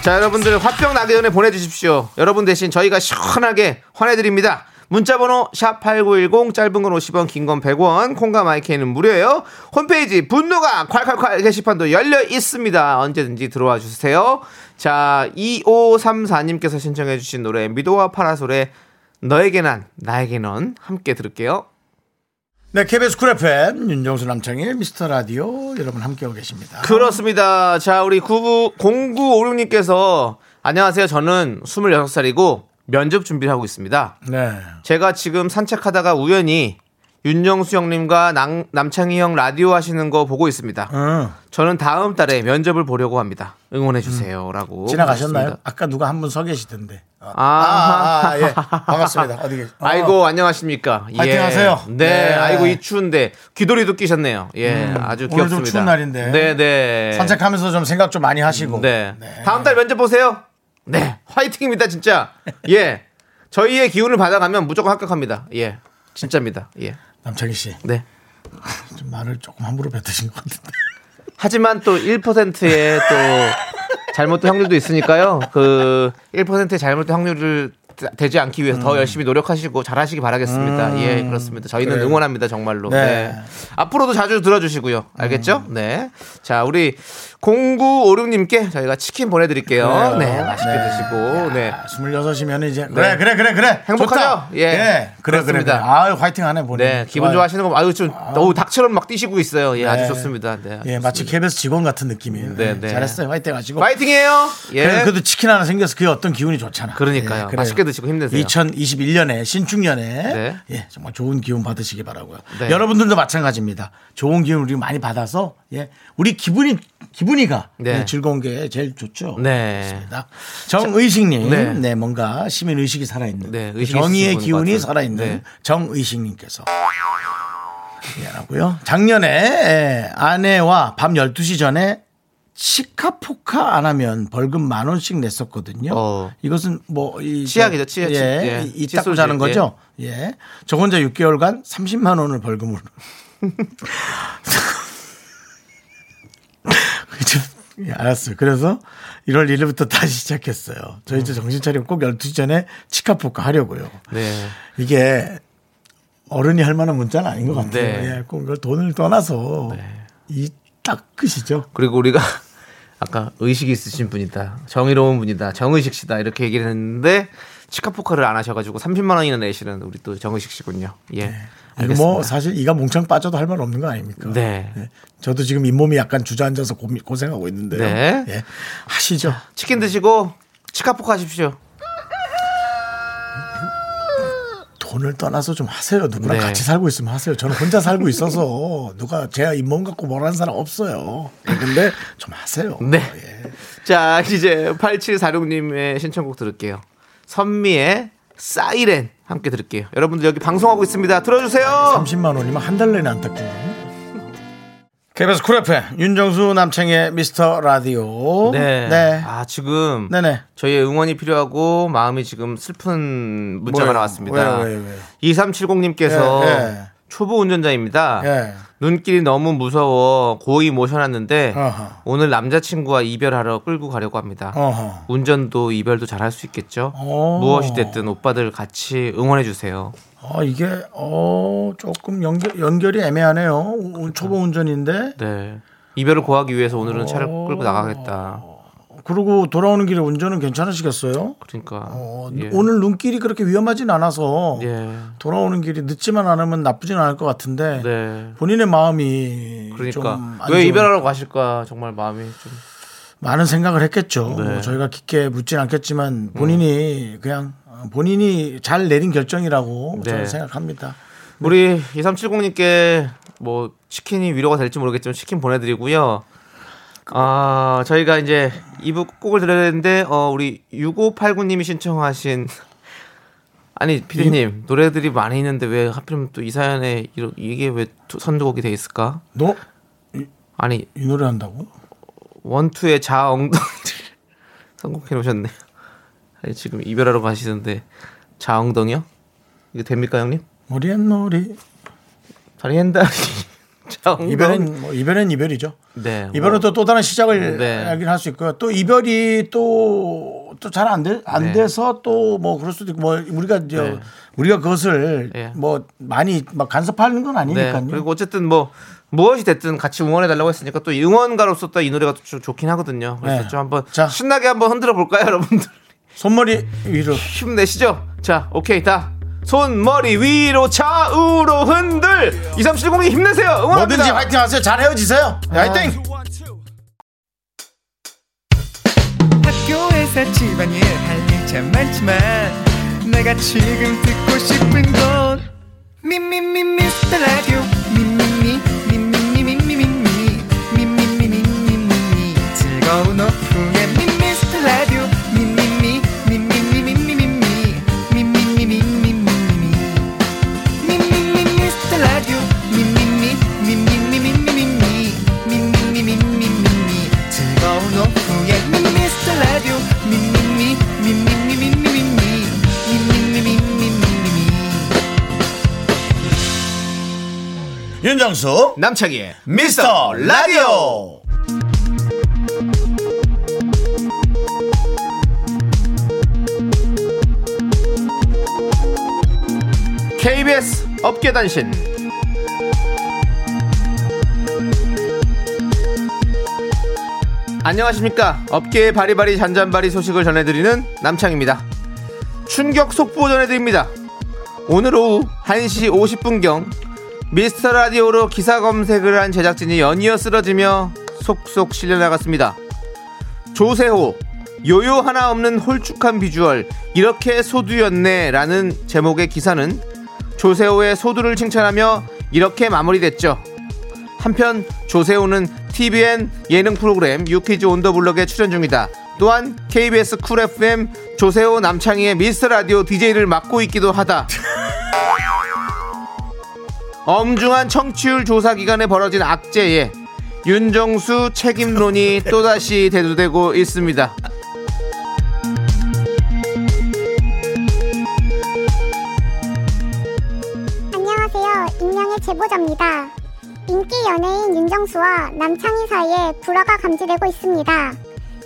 Speaker 2: 자 여러분들 화병 나기 전에 보내주십시오 여러분 대신 저희가 시원하게 환해드립니다 문자번호 샵8910 짧은 건 50원 긴 건 100원 콩과 마이크는 무료예요 홈페이지 분노가 콸콸콸 게시판도 열려 있습니다 언제든지 들어와 주세요 자 2534님께서 신청해 주신 노래 미도와 파라솔의 너에게 난 나에게 넌 함께 들을게요
Speaker 1: 네, KBS 쿨 FM 윤정수 남창의 미스터 라디오 여러분 함께하고 계십니다.
Speaker 2: 그렇습니다. 자, 우리 9부 0956님께서 안녕하세요. 저는 26살이고 면접 준비를 하고 있습니다.
Speaker 1: 네.
Speaker 2: 제가 지금 산책하다가 우연히 윤정수 형님과 남, 남창희 형 라디오 하시는 거 보고 있습니다.
Speaker 1: 음,
Speaker 2: 저는 다음 달에 면접을 보려고 합니다. 응원해 주세요라고.
Speaker 1: 음. 지나가셨나요?
Speaker 2: 하셨습니다.
Speaker 1: 아까 누가 한 분 서 계시던데. 아,
Speaker 2: 아하.
Speaker 1: 아, 예. 반갑습니다. 어디 계시? 어.
Speaker 2: 아이고 안녕하십니까.
Speaker 1: 화이팅 하세요.
Speaker 2: 네,
Speaker 1: 네. 음,
Speaker 2: 아이고 이 추운데 귀돌이도 끼셨네요. 예, 아주
Speaker 1: 오늘 좀
Speaker 2: 귀엽습니다.
Speaker 1: 추운 날인데.
Speaker 2: 네, 네.
Speaker 1: 산책하면서 좀 생각 좀 많이 하시고.
Speaker 2: 네. 다음 달 면접 보세요. 네. 화이팅입니다, 진짜. 예. 저희의 기운을 받아가면 무조건 합격합니다. 예. 진짜입니다. 예.
Speaker 1: 남창희 씨,
Speaker 2: 네.
Speaker 1: 좀 말을 조금 함부로 뱉으신 것 같은데.
Speaker 2: 하지만 또 1%의 또 잘못도 확률도 있으니까요. 그 1%의 잘못도 확률을 되- 되지 않기 위해서 더 열심히 노력하시고 잘하시기 바라겠습니다. 예, 그렇습니다. 저희는
Speaker 1: 음. 그래요.
Speaker 2: 응원합니다, 정말로.
Speaker 1: 네. 음.
Speaker 2: 네. 앞으로도 자주 들어주시고요. 알겠죠? 네. 자, 우리 0956님께 저희가 치킨 보내드릴게요.
Speaker 1: 그래요.
Speaker 2: 네, 맛있게
Speaker 1: 네.
Speaker 2: 드시고. 네.
Speaker 1: 26이면 이제 그래 그래 그래 그래
Speaker 2: 행복하죠?
Speaker 1: 좋다.
Speaker 2: 예.
Speaker 1: 예. 그래 그래 그래
Speaker 2: 그렇습니다.
Speaker 1: 아유 화이팅 하네 보니
Speaker 2: 네, 기분
Speaker 1: 음, 좋아요.
Speaker 2: 좋아하시는 거 아유 좀 너무 닭처럼 막 뛰시고 있어요. 예, 아주
Speaker 1: 네.
Speaker 2: 좋습니다. 네. 아주
Speaker 1: 예 마치
Speaker 2: 좋습니다.
Speaker 1: KBS 직원 같은 느낌이에요
Speaker 2: 네,
Speaker 1: 예,
Speaker 2: 네.
Speaker 1: 잘했어요 화이팅 하시고
Speaker 2: 파이팅이에요. 예.
Speaker 1: 그래, 그래도 치킨 하나 생겨서 그게 어떤 기운이 좋잖아
Speaker 2: 그러니까요.
Speaker 1: 예, 그래요.
Speaker 2: 맛있게 드시고 힘내세요.
Speaker 1: 2021년에 신축년에
Speaker 2: 네.
Speaker 1: 예, 정말 좋은 기운 받으시기 바라고요.
Speaker 2: 네.
Speaker 1: 여러분들도 마찬가지입니다. 좋은 기운 우리 많이 받아서 예, 우리 기분이 기분이가
Speaker 2: 네.
Speaker 1: 예, 즐거운 게 제일 좋죠.
Speaker 2: 네.
Speaker 1: 그렇습니다. 정의식님,
Speaker 2: 네.
Speaker 1: 네. 뭔가 시민 의식이 살아있는
Speaker 2: 네, 의식이
Speaker 1: 정의의
Speaker 2: 있으신 분인 것
Speaker 1: 기운이
Speaker 2: 같아요.
Speaker 1: 살아있는
Speaker 2: 네.
Speaker 1: 정의식님께서. 미안하고요. 작년에 예, 아내와 밤 12시 전에 치카포카 안 하면 벌금 만 원씩 냈었거든요.
Speaker 2: 어.
Speaker 1: 이것은 뭐이
Speaker 2: 치약이죠, 치약, 치-
Speaker 1: 예,
Speaker 2: 예,
Speaker 1: 이- 이 닦고
Speaker 2: 칫솔,
Speaker 1: 자는
Speaker 2: 예.
Speaker 1: 거죠. 예, 저 혼자 6개월간 30만 원을 벌금으로. 그죠? 예, 알았어요. 그래서 1월 1일부터 다시 시작했어요. 저희 이제 정신 차리고 꼭 12시 전에 치카포카 하려고요.
Speaker 2: 네.
Speaker 1: 이게 어른이 할 만한 문자는 아닌 것 같아요.
Speaker 2: 네.
Speaker 1: 예, 꼭 이걸 돈을 떠나서 이 딱 끝이죠.
Speaker 2: 그리고 우리가 아까 의식이 있으신 분이다. 정의로운 분이다. 정의식 씨다. 이렇게 얘기를 했는데 치카포카를 안 하셔가지고 30만 원이나 내시는 우리 또 정의식 씨군요. 예.
Speaker 1: 이거
Speaker 2: 알겠습니다.
Speaker 1: 네. 뭐 사실 이가 몽창 빠져도 할 말 없는 거 아닙니까?
Speaker 2: 네.
Speaker 1: 예. 저도 지금 잇몸이 약간 주저앉아서 고생하고 있는데요.
Speaker 2: 네.
Speaker 1: 예. 하시죠.
Speaker 2: 치킨 드시고 치카포카 하십시오.
Speaker 1: 돈을 떠나서 좀 하세요. 누구랑
Speaker 2: 네.
Speaker 1: 같이 살고 있으면 하세요. 저는 혼자 살고 있어서 누가 제 잇몸 갖고 뭐라는 사람 없어요. 예, 근데 좀 하세요.
Speaker 2: 네.
Speaker 1: 예.
Speaker 2: 자, 이제 8746님의 신청곡 들을게요. 선미의 사이렌 함께 들을게요. 여러분들 여기 방송하고 있습니다.
Speaker 1: 아,
Speaker 2: 들어주세요.
Speaker 1: 30만 원이면 한 달 내내 안 닦고. KBS 쿨 FM 윤정수 남창의 미스터 라디오.
Speaker 2: 네.
Speaker 1: 네.
Speaker 2: 아, 지금
Speaker 1: 네네.
Speaker 2: 저희의 응원이 필요하고 마음이 지금 슬픈 문자가
Speaker 1: 뭐예요?
Speaker 2: 나왔습니다.
Speaker 1: 왜요, 왜요, 왜요?
Speaker 2: 2370님께서
Speaker 1: 예, 예.
Speaker 2: 초보 운전자입니다.
Speaker 1: 예.
Speaker 2: 눈길이 너무 무서워 고이 모셔놨는데
Speaker 1: 어허.
Speaker 2: 오늘 남자친구와 이별하러 끌고 가려고 합니다.
Speaker 1: 어허. 어.
Speaker 2: 운전도 이별도 잘 할 수 있겠죠?
Speaker 1: 오.
Speaker 2: 무엇이 됐든 오빠들 같이 응원해 주세요.
Speaker 1: 아 이게 어 조금 연결 연결이 애매하네요. 우- 우- 초보 운전인데
Speaker 2: 네. 이별을 고하기 위해서 오늘은 차를
Speaker 1: 어.
Speaker 2: 끌고 나가겠다.
Speaker 1: 그리고 돌아오는 길에 운전은 괜찮으시겠어요?
Speaker 2: 그러니까
Speaker 1: 어,
Speaker 2: 예.
Speaker 1: 오늘 눈길이 그렇게 위험하진 않아서
Speaker 2: 예.
Speaker 1: 돌아오는 길이 늦지만 않으면 나쁘진 않을 것 같은데
Speaker 2: 네.
Speaker 1: 본인의 마음이
Speaker 2: 그러니까
Speaker 1: 좀안
Speaker 2: 왜
Speaker 1: 좋은-
Speaker 2: 이별하러 가실까 정말 마음이 좀
Speaker 1: 많은 생각을 했겠죠.
Speaker 2: 네. 음.
Speaker 1: 뭐 저희가 깊게 묻진 않겠지만 본인이 그냥 어, 본인이 잘 내린 결정이라고
Speaker 2: 네.
Speaker 1: 저는 생각합니다.
Speaker 2: 우리 2370님께 뭐 치킨이 위로가 될지 모르겠지만 치킨 보내드리고요. 아 저희가 이제 2부 곡을 들어야 되는데 어, 우리 6589님이 신청하신 아니 피디님 노래들이 많이 있는데 왜 하필이면 또 이 사연에 이러- 이게 왜 투- 선곡이 돼 있을까?
Speaker 1: 너 이
Speaker 2: 아니
Speaker 1: 노래 한다고?
Speaker 2: 원투의 자 엉덩이를 선곡해 놓으셨네. 아니 지금 이별하러 가시는데 자 엉덩이요? 이게 됩니까 형님?
Speaker 1: 머리엔 머리
Speaker 2: 다리 핸다리 자 엉덩이
Speaker 1: 이별은 뭐 이별은 이별이죠.
Speaker 2: 네. 뭐,
Speaker 1: 이별은 또 또 다른 시작을
Speaker 2: 네.
Speaker 1: 하긴 할 수 있고요. 또 이별이 또 또 잘 안 돼, 안
Speaker 2: 네.
Speaker 1: 돼서 또 뭐 그럴 수도 있고 뭐 우리가 이제 우리가 그것을
Speaker 2: 예.
Speaker 1: 뭐 많이 막 간섭하는 건
Speaker 2: 네.
Speaker 1: 아니니까요.
Speaker 2: 그리고 어쨌든 뭐 무엇이 됐든 같이 응원해 달라고 했으니까 또 이 응원가로서 또 이 노래가 또 좋- 좋긴 하거든요. 그래서
Speaker 1: 네.
Speaker 2: 좀 한번
Speaker 1: 자.
Speaker 2: 신나게 한번 흔들어 볼까요, 여러분들?
Speaker 1: 손머리 위로
Speaker 2: 힘내시죠. 자, 오케이 다. 손머리 위로 좌우로 흔들 2370님 힘내세요. 응원합니다. 아.
Speaker 1: 뭐든지 화이팅 하세요. 잘 헤어지세요. 네, 화이팅.
Speaker 5: 학교에서 집안일 할 일 참 많지만 내가 지금 듣고 싶은 건 미미미 미스터 라디오 미미미 미미미 미미미 미미미 미미미 미미미 즐거운 오후에 미스터 라디오 미미미 미미미 미미미 미미미 미미미 미미미
Speaker 1: 윤정수
Speaker 2: 네. 남창희의
Speaker 1: 미스터 라디오.
Speaker 2: KBS 업계단신 안녕하십니까 업계의 바리바리 잔잔바리 소식을 전해드리는 남창입니다 충격 속보 전해드립니다 오늘 오후 1시 50분경 미스터 라디오로 기사 검색을 한 제작진이 연이어 쓰러지며 속속 실려나갔습니다 조세호 요요 하나 없는 홀쭉한 비주얼 이렇게 소두였네라는 제목의 기사는 조세호의 소두를 칭찬하며 이렇게 마무리됐죠. 한편 조세호는 TVN 예능 프로그램 유퀴즈 온더블럭에 출연 중이다. 또한 KBS 쿨 FM 조세호 남창희의 미스터 라디오 DJ를 맡고 있기도 하다. 엄중한 청취율 조사 기간에 벌어진 악재에 윤정수 책임론이 또다시 대두되고 있습니다.
Speaker 6: 안녕하세요. 익명의 제보자입니다. 인기 연예인 윤정수와 남창희 사이에 불화가 감지되고 있습니다.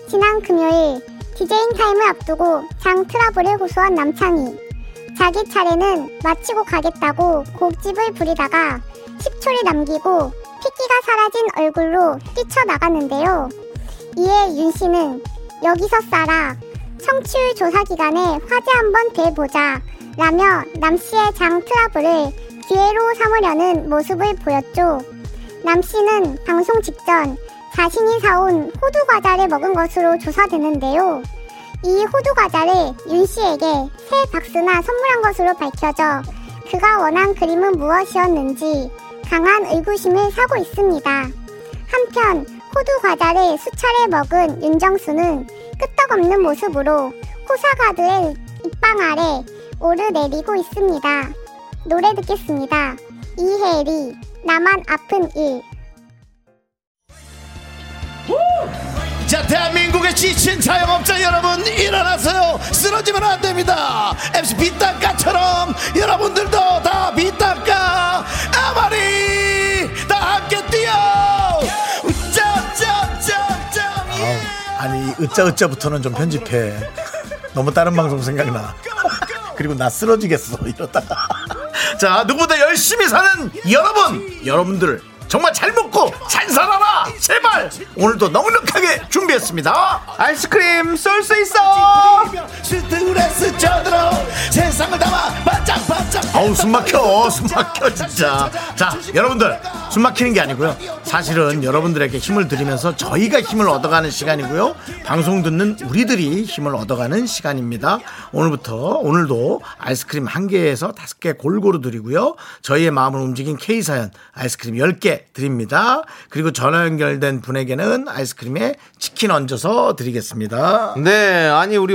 Speaker 6: 지난 금요일 디제잉 타임을 앞두고 장 트러블을 고소한 남창희. 자기 차례는 마치고 가겠다고 고집을 부리다가 10초를 남기고 핏기가 사라진 얼굴로 뛰쳐나갔는데요. 이에 윤 씨는 여기서 싸라. 청취율 조사 기간에 화제 한번 돼보자. 라며 남씨의 장 트러블을 기회로 삼으려는 모습을 보였죠. 남씨는 방송 직전 자신이 사온 호두 과자를 먹은 것으로 조사되는데요. 이 호두 과자를 윤 씨에게 새 박스나 선물한 것으로 밝혀져 그가 원한 그림은 무엇이었는지 강한 의구심을 사고 있습니다. 한편 호두 과자를 수차례 먹은 윤정수는 끄떡없는 모습으로 호사가드의 입방 아래 오르내리고 있습니다. 노래 듣겠습니다. 이혜리 나만 아픈 일
Speaker 7: 자 대한민국의 지친 자영업자 여러분 일어나세요 쓰러지면 안 됩니다 MC 비딱가처럼 여러분들도 다 비딱가 아마리 다 함께 뛰어 짬짬짬짬
Speaker 1: 아니 으짜으짜부터는 좀 편집해 너무 다른 방송 생각나 그리고 나 쓰러지겠어 이러다가
Speaker 7: 자 누구보다 열심히 사는 여러분 여러분들 정말 잘 먹고 잘 살아라 제발 오늘도 넉넉하게 준비했습니다
Speaker 2: 아이스크림 쏠 수 있어!
Speaker 7: 스트레스 쳐들어 세상을 담아 바짝바짝 어우 숨막혀 숨막혀 진짜 자 여러분들 숨막히는 게 아니고요 사실은 여러분들에게 힘을 드리면서 저희가 힘을 얻어가는 시간이고요 방송 듣는 우리들이 힘을 얻어가는 시간입니다 오늘부터 오늘도 아이스크림 한 개에서 다섯 개 골고루 드리고요 저희의 마음을 움직인 K사연 아이스크림 10개 드립니다 그리고 전화 연결된 분에게는 아이스크림에 치킨 얹어서 드리겠습니다
Speaker 2: 네, 아니 우리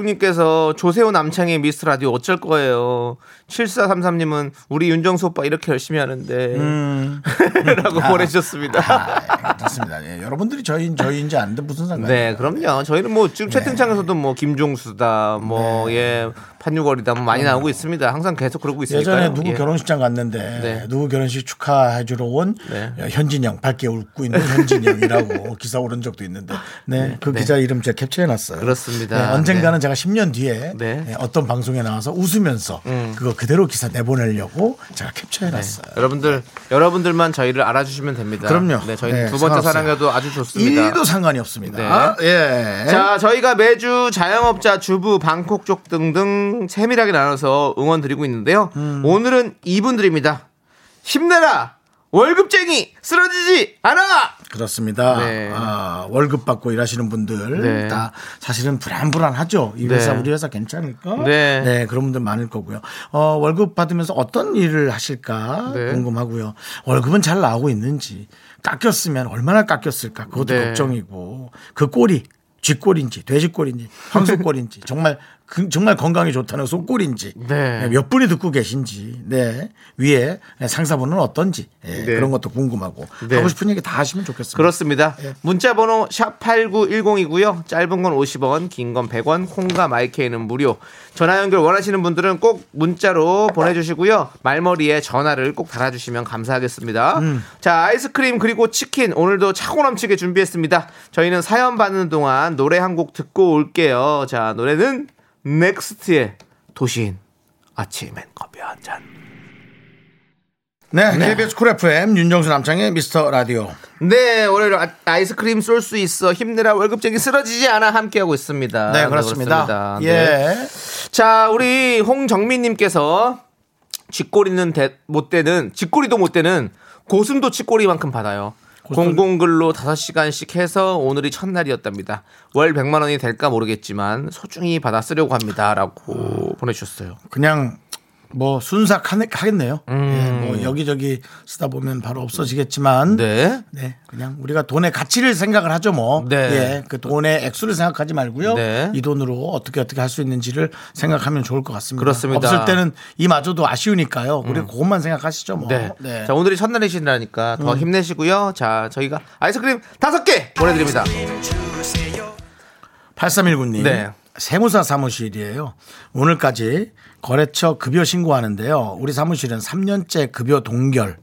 Speaker 2: 5156님께서 조세호 남창의 미스 라디오 어쩔 거예요. 7433님은 우리 윤정수 오빠 이렇게 열심히 하는데
Speaker 1: 음.
Speaker 2: 라고
Speaker 1: 아.
Speaker 2: 보내주셨습니다.
Speaker 1: 맞습니다 예, 여러분들이 저희인 저희인지 아는데 무슨 상관이 네.
Speaker 2: 네, 그럼요. 저희는 뭐 지금 채팅창에서도 뭐 김종수다, 뭐
Speaker 1: 네.
Speaker 2: 예, 판유걸이다 뭐 많이 나오고 있습니다. 항상 계속 그러고 있으니까요.
Speaker 1: 음. 예전에 누구
Speaker 2: 예.
Speaker 1: 결혼식장 갔는데
Speaker 2: 네.
Speaker 1: 누구 결혼식 축하해주러 온
Speaker 2: 네.
Speaker 1: 현진영 밝게 웃고 있는 현진영이라고 기사 오른 적도 있는데 네 그 기자 이름 제가 캡처해놨어요.
Speaker 2: 그렇습니다.
Speaker 1: 네, 언젠가는 제가 10년 뒤에
Speaker 2: 네. 음.
Speaker 1: 네, 어떤 방송에 나와서 웃으면서 그거 그대로 기사 내보내려고 제가
Speaker 2: 네.
Speaker 1: 캡처해놨어요.
Speaker 2: 여러분들, 여러분들만 저희를 알아주시면 됩니다.
Speaker 1: 그럼요.
Speaker 2: 네, 저희는
Speaker 1: 네,
Speaker 2: 두 번째
Speaker 1: 상관없어요.
Speaker 2: 사랑해도 아주 좋습니다. 네.
Speaker 1: 일도 상관이 없습니다. 예.
Speaker 2: 자, 저희가 매주 자영업자, 주부, 방콕 쪽 등등 세밀하게 나눠서 응원 드리고 있는데요. 오늘은 이분들입니다. 힘내라! 월급쟁이! 쓰러지지 않아!
Speaker 1: 그렇습니다.
Speaker 2: 네.
Speaker 1: 아, 월급 받고 일하시는 분들
Speaker 2: 네.
Speaker 1: 다 사실은 불안불안하죠. 이
Speaker 2: 네.
Speaker 1: 회사 우리 회사 괜찮을까?
Speaker 2: 네.
Speaker 1: 그런 분들 많을 거고요. 어, 월급 받으면서 어떤 일을 하실까
Speaker 2: 네.
Speaker 1: 궁금하고요. 월급은 잘 나오고 있는지 깎였으면 얼마나 깎였을까 그것도
Speaker 2: 네.
Speaker 1: 걱정이고 그 꼴이 쥐꼴인지 돼지꼴인지 황소꼴인지 정말 그- 정말 건강에 좋다는 소꼴인지
Speaker 2: 네.
Speaker 1: 몇 분이 듣고 계신지 네 위에 상사분은 어떤지 예,
Speaker 2: 네.
Speaker 1: 그런 것도 궁금하고
Speaker 2: 네.
Speaker 1: 하고 싶은 얘기 다 하시면 좋겠습니다.
Speaker 2: 그렇습니다. 문자번호 샵8910이고요. 짧은 건 50원, 긴 건 100원, 콩과 마이케이는 무료. 전화 연결 원하시는 분들은 꼭 문자로 보내주시고요. 말머리에 전화를 꼭 달아주시면 감사하겠습니다. 자, 아이스크림 그리고 치킨 오늘도 차고 넘치게 준비했습니다. 저희는 사연 받는 동안 노래 한 곡 듣고 올게요. 자, 노래는 넥스트의 도시인 아침엔 커피 한 잔.
Speaker 1: 네, KBS 쿨 FM 윤정수 남창의 미스터 라디오.
Speaker 2: 네, 월요일 아- 아이스크림 쏠 수 있어. 힘내라 월급쟁이 쓰러지지 않아 함께하고 있습니다.
Speaker 1: 네, 그렇습니다.
Speaker 2: 네.
Speaker 1: 예.
Speaker 2: 자, 우리 홍정민님께서 쥐꼬리는 대- 못 되는, 쥐꼬리도 못 되는 고슴도 치꼬리만큼 받아요. 공공근로 5시간씩 해서 오늘이 첫날이었답니다. 월 100만 원이 될까 모르겠지만 소중히 받아 쓰려고 합니다. 라고 보내주셨어요.
Speaker 1: 그냥 뭐 순삭하겠네요. 예, 뭐 여기저기 쓰다 보면 바로 없어지겠지만
Speaker 2: 음. 네.
Speaker 1: 네, 그냥 우리가 돈의 가치를 생각을 하죠 뭐.
Speaker 2: 네.
Speaker 1: 예, 그 돈의 액수를 생각하지 말고요.
Speaker 2: 네.
Speaker 1: 이 돈으로 어떻게 어떻게 할 수 있는지를 생각하면 좋을 것 같습니다.
Speaker 2: 그렇습니다. 음.
Speaker 1: 없을 때는 이마저도 아쉬우니까요. 우리 가 그것만 생각하시죠 뭐.
Speaker 2: 네.
Speaker 1: 네. 음.
Speaker 2: 자, 오늘이 첫날이시라니까 더 힘내시고요. 자, 저희가 아이스크림 다섯 개 보내드립니다.
Speaker 1: 8319님.
Speaker 2: 네.
Speaker 1: 세무사 사무실이에요. 오늘까지 거래처 급여 신고하는데요. 우리 사무실은 3년째 급여 동결.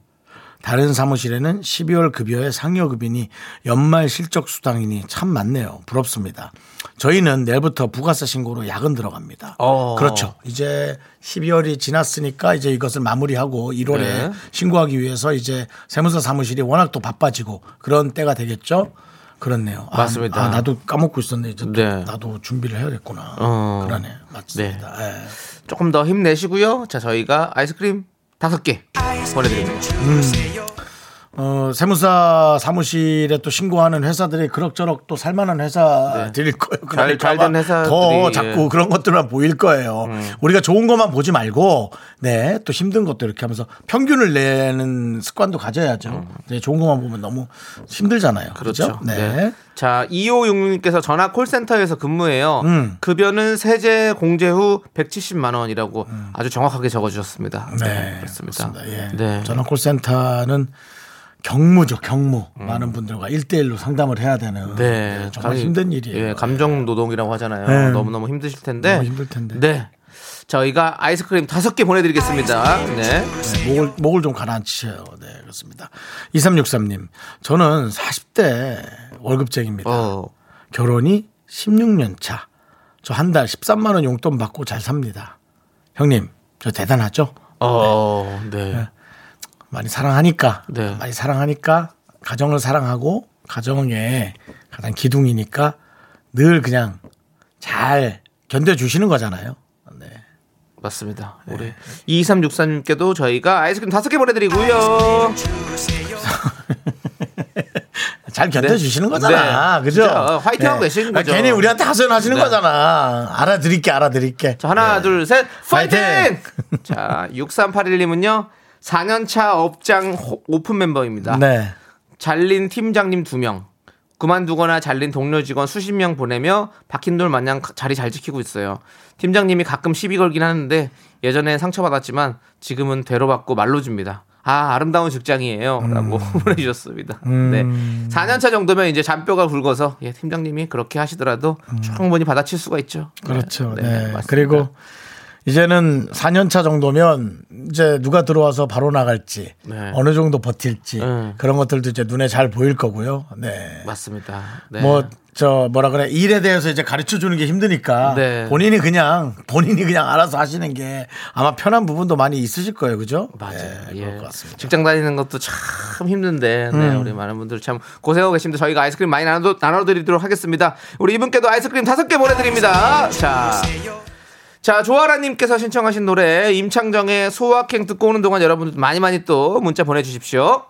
Speaker 1: 다른 사무실에는 12월 급여에 상여급이니 연말 실적 수당이니 참 많네요. 부럽습니다. 저희는 내일부터 부가세 신고로 야근 들어갑니다.
Speaker 2: 어.
Speaker 1: 그렇죠. 이제 12월이 지났으니까 이제 이것을 마무리하고 1월에
Speaker 2: 네.
Speaker 1: 신고하기 위해서 이제 세무사 사무실이 워낙 또 바빠지고 그런 때가 되겠죠. 그렇네요. 아,
Speaker 2: 맞습니다.
Speaker 1: 아, 나도 까먹고 있었네. 이제 또
Speaker 2: 네.
Speaker 1: 나도 준비를 해야겠구나.
Speaker 2: 어.
Speaker 1: 그러네. 맞습니다. 예.
Speaker 2: 조금 더 힘내시고요. 자, 저희가 아이스크림 다섯 개 보내드립니다.
Speaker 1: 어, 세무사 사무실에 또 신고하는 회사들이 그럭저럭 또 살만한 회사들일 거예요.
Speaker 2: 네. 잘-
Speaker 1: 그러니까
Speaker 2: 잘된
Speaker 1: 아마
Speaker 2: 회사들이,
Speaker 1: 더
Speaker 2: 예. 음.
Speaker 1: 자꾸 그런 것들만 보일 거예요. 우리가 좋은 것만 보지 말고 네 또 힘든 것도 이렇게 하면서 평균을 내는 습관도 가져야죠.
Speaker 2: 음.
Speaker 1: 네, 좋은 것만 보면 너무 힘들잖아요. 그렇죠. 네.
Speaker 2: 자, 2566님께서 전화 콜센터에서 근무해요.
Speaker 1: 음.
Speaker 2: 급여는 세제 공제 후 170만 원이라고 아주 정확하게 적어주셨습니다.
Speaker 1: 음. 네,
Speaker 2: 그렇습니다.
Speaker 1: 그렇습니다. 예.
Speaker 2: 네.
Speaker 1: 전화 콜센터는 경무죠, 경무. 많은 분들과 일대일로 상담을 해야 되는
Speaker 2: 네.
Speaker 1: 네, 정말
Speaker 2: 감이-
Speaker 1: 힘든 일이에요.
Speaker 2: 예, 감정 노동이라고 하잖아요.
Speaker 1: 네.
Speaker 2: 너무너무 힘드실 텐데.
Speaker 1: 너무 힘들 텐데.
Speaker 2: 네. 저희가 아이스크림 다섯 개 보내드리겠습니다. 네.
Speaker 1: 네, 목을, 목을 좀 가라앉히셔요. 네, 그렇습니다. 2363님, 저는 40대 월급쟁입니다.
Speaker 2: 어.
Speaker 1: 결혼이 16년 차. 저 한 달 13만 원 용돈 받고 잘 삽니다. 형님, 저 대단하죠?
Speaker 2: 어, 네.
Speaker 1: 많이 사랑하니까
Speaker 2: 네.
Speaker 1: 많이 사랑하니까 가정을 사랑하고 가정의 가장 기둥이니까 늘 그냥 잘 견뎌주시는 거잖아요. 네.
Speaker 2: 맞습니다. 우리 2364님께도 저희가 아이스크림 다섯 개 보내드리고요.
Speaker 1: 잘 견뎌주시는
Speaker 2: 네.
Speaker 1: 거잖아.
Speaker 2: 네.
Speaker 1: 그죠? 그러니까
Speaker 2: 진짜 화이팅하고 계시는 거죠.
Speaker 1: 괜히 우리한테 하소연하시는
Speaker 2: 네.
Speaker 1: 거잖아. 알아드릴게, 알아드릴게. 네.
Speaker 2: 자, 하나, 둘, 셋, 네. 파이팅!
Speaker 1: 파이팅!
Speaker 2: 자, 6381님은요, 4년차 업장 호- 오픈 멤버입니다.
Speaker 1: 네.
Speaker 2: 잘린 팀장님 두명 그만두거나 잘린 동료 직원 수십 명 보내며 박힌 돌 마냥 가- 자리 잘 지키고 있어요. 팀장님이 가끔 시비 걸긴 하는데 예전엔 상처받았지만 지금은 대로받고 말로 줍니다. 아, 아름다운 직장이에요. 라고
Speaker 1: 음.
Speaker 2: 보내주셨습니다. 네. 4년차 정도면 이제 잔뼈가 굵어서 예, 팀장님이 그렇게 하시더라도 충분히 받아칠 수가 있죠. 네,
Speaker 1: 음. 그렇죠.
Speaker 2: 네,
Speaker 1: 네.
Speaker 2: 맞습니다.
Speaker 1: 그리고 이제는 4년차 정도면 이제 누가 들어와서 바로 나갈지
Speaker 2: 네.
Speaker 1: 어느 정도 버틸지
Speaker 2: 음.
Speaker 1: 그런 것들도 이제 눈에 잘 보일 거고요. 네.
Speaker 2: 맞습니다. 네.
Speaker 1: 뭐 저 뭐라 그래 일에 대해서 이제 가르쳐 주는 게 힘드니까
Speaker 2: 네.
Speaker 1: 본인이 그냥 본인이 그냥 알아서 하시는 게 아마 편한 부분도 많이 있으실 거예요, 그죠?
Speaker 2: 맞아요.
Speaker 1: 네,
Speaker 2: 예.
Speaker 1: 그럴 것 같습니다. 음.
Speaker 2: 직장 다니는 것도 참 힘든데 네, 우리 많은 분들 참 고생하고 계십니다. 저희가 아이스크림 많이 나눠, 나눠드리도록 하겠습니다. 우리 이분께도 아이스크림 다섯 개 보내드립니다. 자. 자, 조아라님께서 신청하신 노래 임창정의 소확행 듣고 오는 동안 여러분들 많이 많이 또 문자 보내주십시오.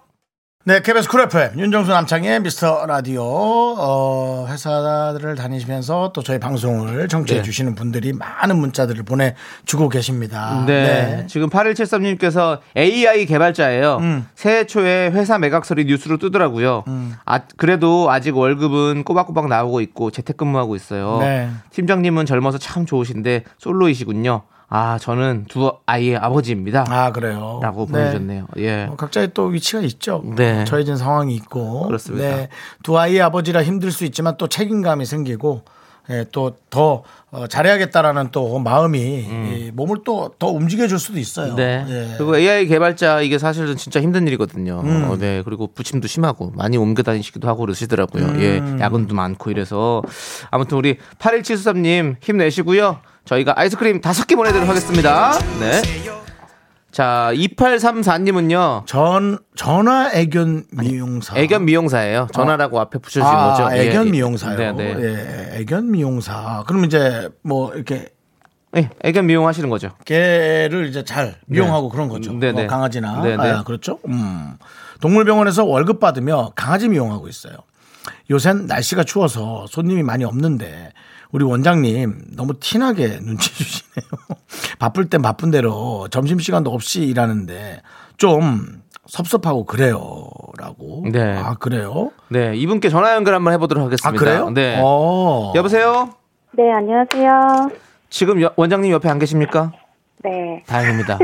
Speaker 1: 네, KBS 쿨 FM 윤정수 남창의 미스터 라디오 어, 회사를 다니시면서 또 저희 방송을 청취해
Speaker 2: 네.
Speaker 1: 주시는 분들이 많은 문자들을 보내주고 계십니다.
Speaker 2: 네. 지금 8173님께서 AI 개발자예요.
Speaker 1: 음.
Speaker 2: 새해 초에 회사 매각설이 뉴스로 뜨더라고요. 아, 그래도 아직 월급은 꼬박꼬박 나오고 있고 재택근무하고 있어요.
Speaker 1: 네.
Speaker 2: 팀장님은 젊어서 참 좋으신데 솔로이시군요. 아, 저는 두 아이의 아버지입니다.
Speaker 1: 아 그래요.
Speaker 2: 라고
Speaker 1: 네.
Speaker 2: 보내셨네요. 예.
Speaker 1: 어, 각자의 또 위치가 있죠.
Speaker 2: 네.
Speaker 1: 처해진 상황이 있고.
Speaker 2: 그렇습니다.
Speaker 1: 네. 두 아이의 아버지라 힘들 수 있지만 또 책임감이 생기고 예, 또더 어, 잘해야겠다라는 또 마음이 이 몸을 또 더 움직여줄 수도 있어요.
Speaker 2: 네.
Speaker 1: 예.
Speaker 2: 그리고 AI 개발자 이게 사실은 진짜 힘든 일이거든요.
Speaker 1: 음.
Speaker 2: 어, 네. 그리고 부침도 심하고 많이 옮겨 다니시기도 하고 그러시더라고요.
Speaker 1: 음.
Speaker 2: 예. 야근도 많고 이래서 아무튼 우리 817수삼님 힘내시고요. 저희가 아이스크림 다섯 개 보내드리도록 하겠습니다. 네. 자, 2834님은요.
Speaker 1: 전 전화 애견 미용사.
Speaker 2: 애견 미용사예요. 전화라고 앞에 붙여주신
Speaker 1: 아,
Speaker 2: 거죠. 예,
Speaker 1: 애견
Speaker 2: 예.
Speaker 1: 미용사요.
Speaker 2: 네, 네.
Speaker 1: 예, 애견 미용사. 그럼 이제 뭐 이렇게
Speaker 2: 예, 애견 미용하시는 거죠.
Speaker 1: 개를 이제 잘 미용하고 그런 거죠.
Speaker 2: 네, 네.
Speaker 1: 뭐 강아지나
Speaker 2: 네, 네.
Speaker 1: 아, 그렇죠. 음. 동물병원에서 월급 받으며 강아지 미용하고 있어요. 요샌 날씨가 추워서 손님이 많이 없는데 우리 원장님 너무 티나게 눈치 주시네요. 바쁠 땐 바쁜 대로 점심시간도 없이 일하는데 좀 섭섭하고 그래요. 라고.
Speaker 2: 네.
Speaker 1: 아, 그래요?
Speaker 2: 네, 이분께 전화 연결 한번 해보도록 하겠습니다.
Speaker 1: 아, 그래요?
Speaker 2: 네.
Speaker 1: 어.
Speaker 2: 여보세요?
Speaker 8: 네, 안녕하세요.
Speaker 2: 지금 여- 원장님 옆에 안 계십니까?
Speaker 8: 네.
Speaker 2: 다행입니다.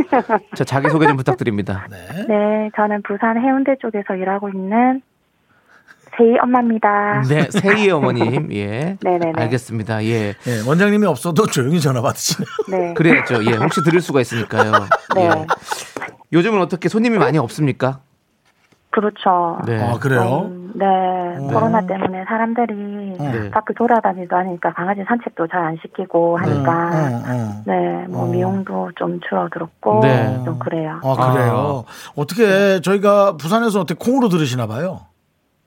Speaker 2: 저 자기소개 좀 부탁드립니다.
Speaker 8: 네, 저는 부산 해운대 쪽에서 일하고 있는 제이 엄마입니다.
Speaker 2: 네, 세희 어머님. 예.
Speaker 8: 아. 네네네.
Speaker 2: 알겠습니다. 예.
Speaker 1: 예, 원장님이 없어도 조용히 전화 받으시네요.
Speaker 8: 네.
Speaker 2: 그래야죠. 예. 혹시 들을 수가 있으니까요.
Speaker 8: 네.
Speaker 2: 예. 요즘은 어떻게 손님이 많이 없습니까?
Speaker 8: 그렇죠.
Speaker 2: 네.
Speaker 1: 아, 그래요?
Speaker 8: 음, 네, 코로나 때문에 사람들이
Speaker 2: 네.
Speaker 8: 밖에 돌아다니도 하니까 강아지 산책도 잘 안 시키고 하니까
Speaker 1: 어, 어.
Speaker 8: 네, 뭐
Speaker 1: 어.
Speaker 8: 미용도 좀 줄어들었고
Speaker 2: 네.
Speaker 8: 좀 그래요.
Speaker 1: 아, 네. 그래요? 어떻게 저희가 부산에서 어떻게 콩으로 들으시나 봐요?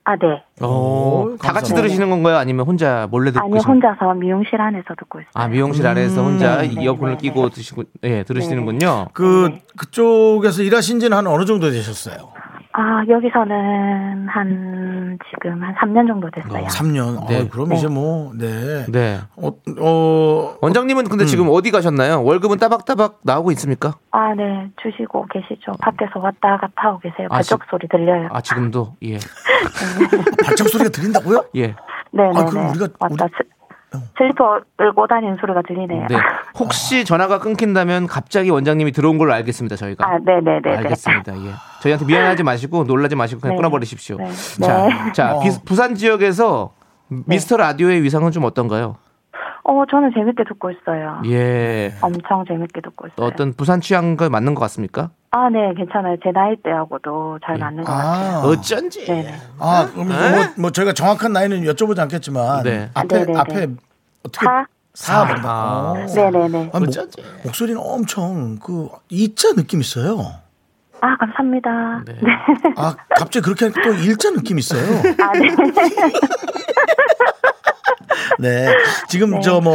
Speaker 8: 아, 네.
Speaker 2: 오, 어,
Speaker 1: 어,
Speaker 2: 다 같이
Speaker 1: 감사합니다.
Speaker 2: 들으시는 건가요? 아니면 혼자 몰래 듣고
Speaker 8: 아니
Speaker 2: 계신
Speaker 8: 혼자서 미용실 안에서 듣고 있어요.
Speaker 2: 아, 미용실 안에서 혼자 이어폰을
Speaker 8: 네,
Speaker 2: 끼고 드시고 예, 들으시는군요.
Speaker 8: 어,
Speaker 1: 그 그쪽에서 일하신 지는 한 어느 정도 되셨어요?
Speaker 8: 아, 여기서는 한 지금 한 3년 정도 됐어요.
Speaker 1: 3년.
Speaker 2: 네.
Speaker 1: 어, 그럼 이제 뭐 네.
Speaker 2: 네.
Speaker 1: 어, 어
Speaker 2: 원장님은 근데 지금 어디 가셨나요? 월급은 따박따박 나오고 있습니까?
Speaker 8: 아, 네. 주시고 계시죠. 밖에서 왔다 갔다 하고 계세요.
Speaker 2: 아,
Speaker 8: 발적
Speaker 2: 지-
Speaker 8: 소리 네, 들려요.
Speaker 2: 아, 지금도 예.
Speaker 1: 발짝 소리가 들린다고요?
Speaker 2: 예.
Speaker 8: 네네네.
Speaker 1: 아, 그럼 우리가- 우리-
Speaker 8: 왔다
Speaker 1: 어.
Speaker 8: 슬- 슬리퍼 끌고 다니는 소리가 들리네요.
Speaker 2: 네. 혹시 전화가 끊긴다면 갑자기 원장님이 들어온 걸로 알겠습니다, 저희가.
Speaker 8: 아, 네네네.
Speaker 2: 알겠습니다. 예. 저희한테 미안하지 마시고 놀라지 마시고 그냥
Speaker 8: 네.
Speaker 2: 끊어버리십시오.
Speaker 8: 네.
Speaker 2: 자,
Speaker 8: 네.
Speaker 1: 어.
Speaker 2: 자 비- 부산 지역에서 미스터 라디오의 위상은 좀 어떤가요?
Speaker 8: 어, 저는 재밌게 듣고 있어요.
Speaker 2: 예.
Speaker 8: 엄청 재밌게 듣고
Speaker 2: 또
Speaker 8: 있어요.
Speaker 2: 어떤 부산 취향과 맞는 것 같습니까?
Speaker 8: 아, 네, 괜찮아요. 제 나이 대하고도
Speaker 2: 예.
Speaker 8: 잘 맞는 것 같아요.
Speaker 1: 아,
Speaker 2: 어쩐지.
Speaker 8: 네네.
Speaker 1: 아 그럼 이거 뭐, 뭐 저희가 정확한 나이는 여쭤보지 않겠지만
Speaker 2: 네.
Speaker 1: 앞에
Speaker 8: 네, 네, 네.
Speaker 1: 앞에 어떻게
Speaker 8: 사?
Speaker 1: 사 본다.
Speaker 2: 아.
Speaker 1: 어.
Speaker 8: 네네네.
Speaker 1: 아니, 뭐, 목소리는 엄청 그 이자 느낌 있어요.
Speaker 8: 아, 감사합니다.
Speaker 2: 네.
Speaker 1: 아 갑자기 그렇게 하니까 또 일자 느낌 있어요.
Speaker 8: 아, 네.
Speaker 1: 네. 지금 저 뭐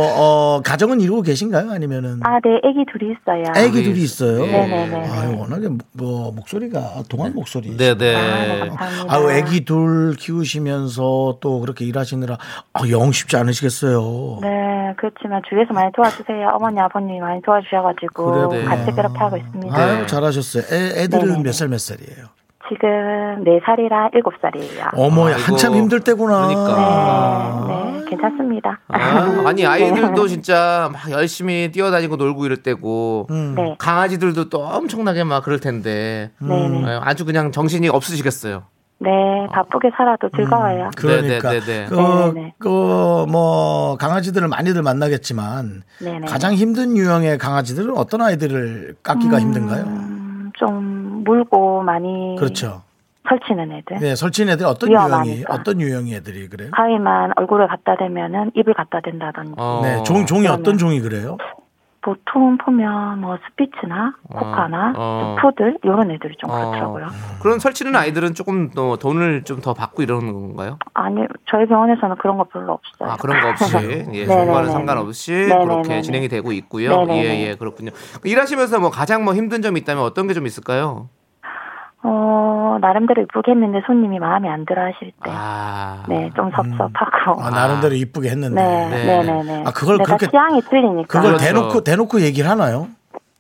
Speaker 1: 어, 가정은 이루고 계신가요? 아니면은
Speaker 8: 아, 네, 애기 둘이 있어요.
Speaker 1: 아기 둘이 있어요.
Speaker 8: 네네네.
Speaker 1: 아유 워낙에 뭐 목소리가 동안 목소리.
Speaker 8: 아, 네,
Speaker 2: 네네.
Speaker 8: 감사합니다.
Speaker 1: 아유, 애기 둘 키우시면서 또 그렇게 일하시느라 아, 영 쉽지 않으시겠어요.
Speaker 8: 네, 그렇지만 주위에서 많이 도와주세요. 어머니, 아버님이 많이 도와주셔가지고
Speaker 2: 그래요?
Speaker 8: 같이 그렇게 하고 있습니다.
Speaker 1: 아유,
Speaker 2: 네.
Speaker 1: 잘하셨어요. 애, 애들은
Speaker 8: 네네.
Speaker 1: 몇 살 몇 살이에요?
Speaker 8: 지금 4살이랑 7살이에요.
Speaker 1: 어머야,
Speaker 2: 아이고.
Speaker 1: 한참 힘들 때구나. 아.
Speaker 2: 그러니까.
Speaker 8: 네, 괜찮습니다.
Speaker 2: 아,
Speaker 8: 네.
Speaker 2: 니 아이들도 진짜 막 열심히 뛰어다니고 놀고 이럴 때고
Speaker 1: 음.
Speaker 8: 네,
Speaker 2: 강아지들도 또 엄청나게 막 그럴 텐데
Speaker 8: 네, 네.
Speaker 2: 아유, 아주 그냥 정신이 없으시겠어요.
Speaker 8: 네, 바쁘게 살아도 즐거워요.
Speaker 1: 그러니까
Speaker 2: 네네네네.
Speaker 1: 그,
Speaker 8: 네네.
Speaker 1: 그 뭐 강아지들을 많이들 만나겠지만
Speaker 8: 네네.
Speaker 1: 가장 힘든 유형의 강아지들은 어떤 아이들을 깎기가 힘든가요?
Speaker 8: 음, 좀 물고 많이
Speaker 1: 그렇죠.
Speaker 8: 설치는 애들.
Speaker 1: 네, 설치인 애들이 어떤
Speaker 8: 위험하니까.
Speaker 1: 유형이 어떤 유형의 애들이 그래요?
Speaker 8: 가위만 얼굴에 갖다 대면은 입을 갖다 댄다든지.
Speaker 2: 어.
Speaker 1: 네, 종 종이 어떤 종이 그래요?
Speaker 8: 보통 보면 뭐 스피츠나 코카나
Speaker 2: 어.
Speaker 8: 푸들 이런 애들이 좀
Speaker 2: 어.
Speaker 8: 그렇더라고요.
Speaker 2: 그런 설치는 아이들은 조금 더 돈을 좀 더 받고 이러는 건가요?
Speaker 8: 아니 저희 병원에서는 그런 거 별로 없어요.
Speaker 2: 아 그런 거 없이 예,
Speaker 8: 네,
Speaker 2: 정과는
Speaker 8: 네,
Speaker 2: 상관없이
Speaker 8: 네,
Speaker 2: 그렇게
Speaker 8: 네, 네.
Speaker 2: 진행이 되고 있고요.
Speaker 8: 네, 네,
Speaker 2: 예예
Speaker 8: 네.
Speaker 2: 그렇군요. 일하시면서 뭐 가장 뭐 힘든 점이 있다면 어떤 게 좀 있을까요?
Speaker 8: 어 나름대로 이쁘게 했는데 손님이 마음에 안 들어 하실 때.
Speaker 2: 아
Speaker 8: 네, 좀 섭섭하고.
Speaker 1: 음. 아, 나름대로 이쁘게 했는데.
Speaker 8: 네,
Speaker 2: 네.
Speaker 8: 네, 네, 네.
Speaker 1: 아, 그걸
Speaker 8: 내가
Speaker 1: 그렇게-
Speaker 8: 취향이 틀리니까.
Speaker 1: 그걸
Speaker 2: 그렇죠.
Speaker 1: 대놓고 대놓고 얘기를 하나요?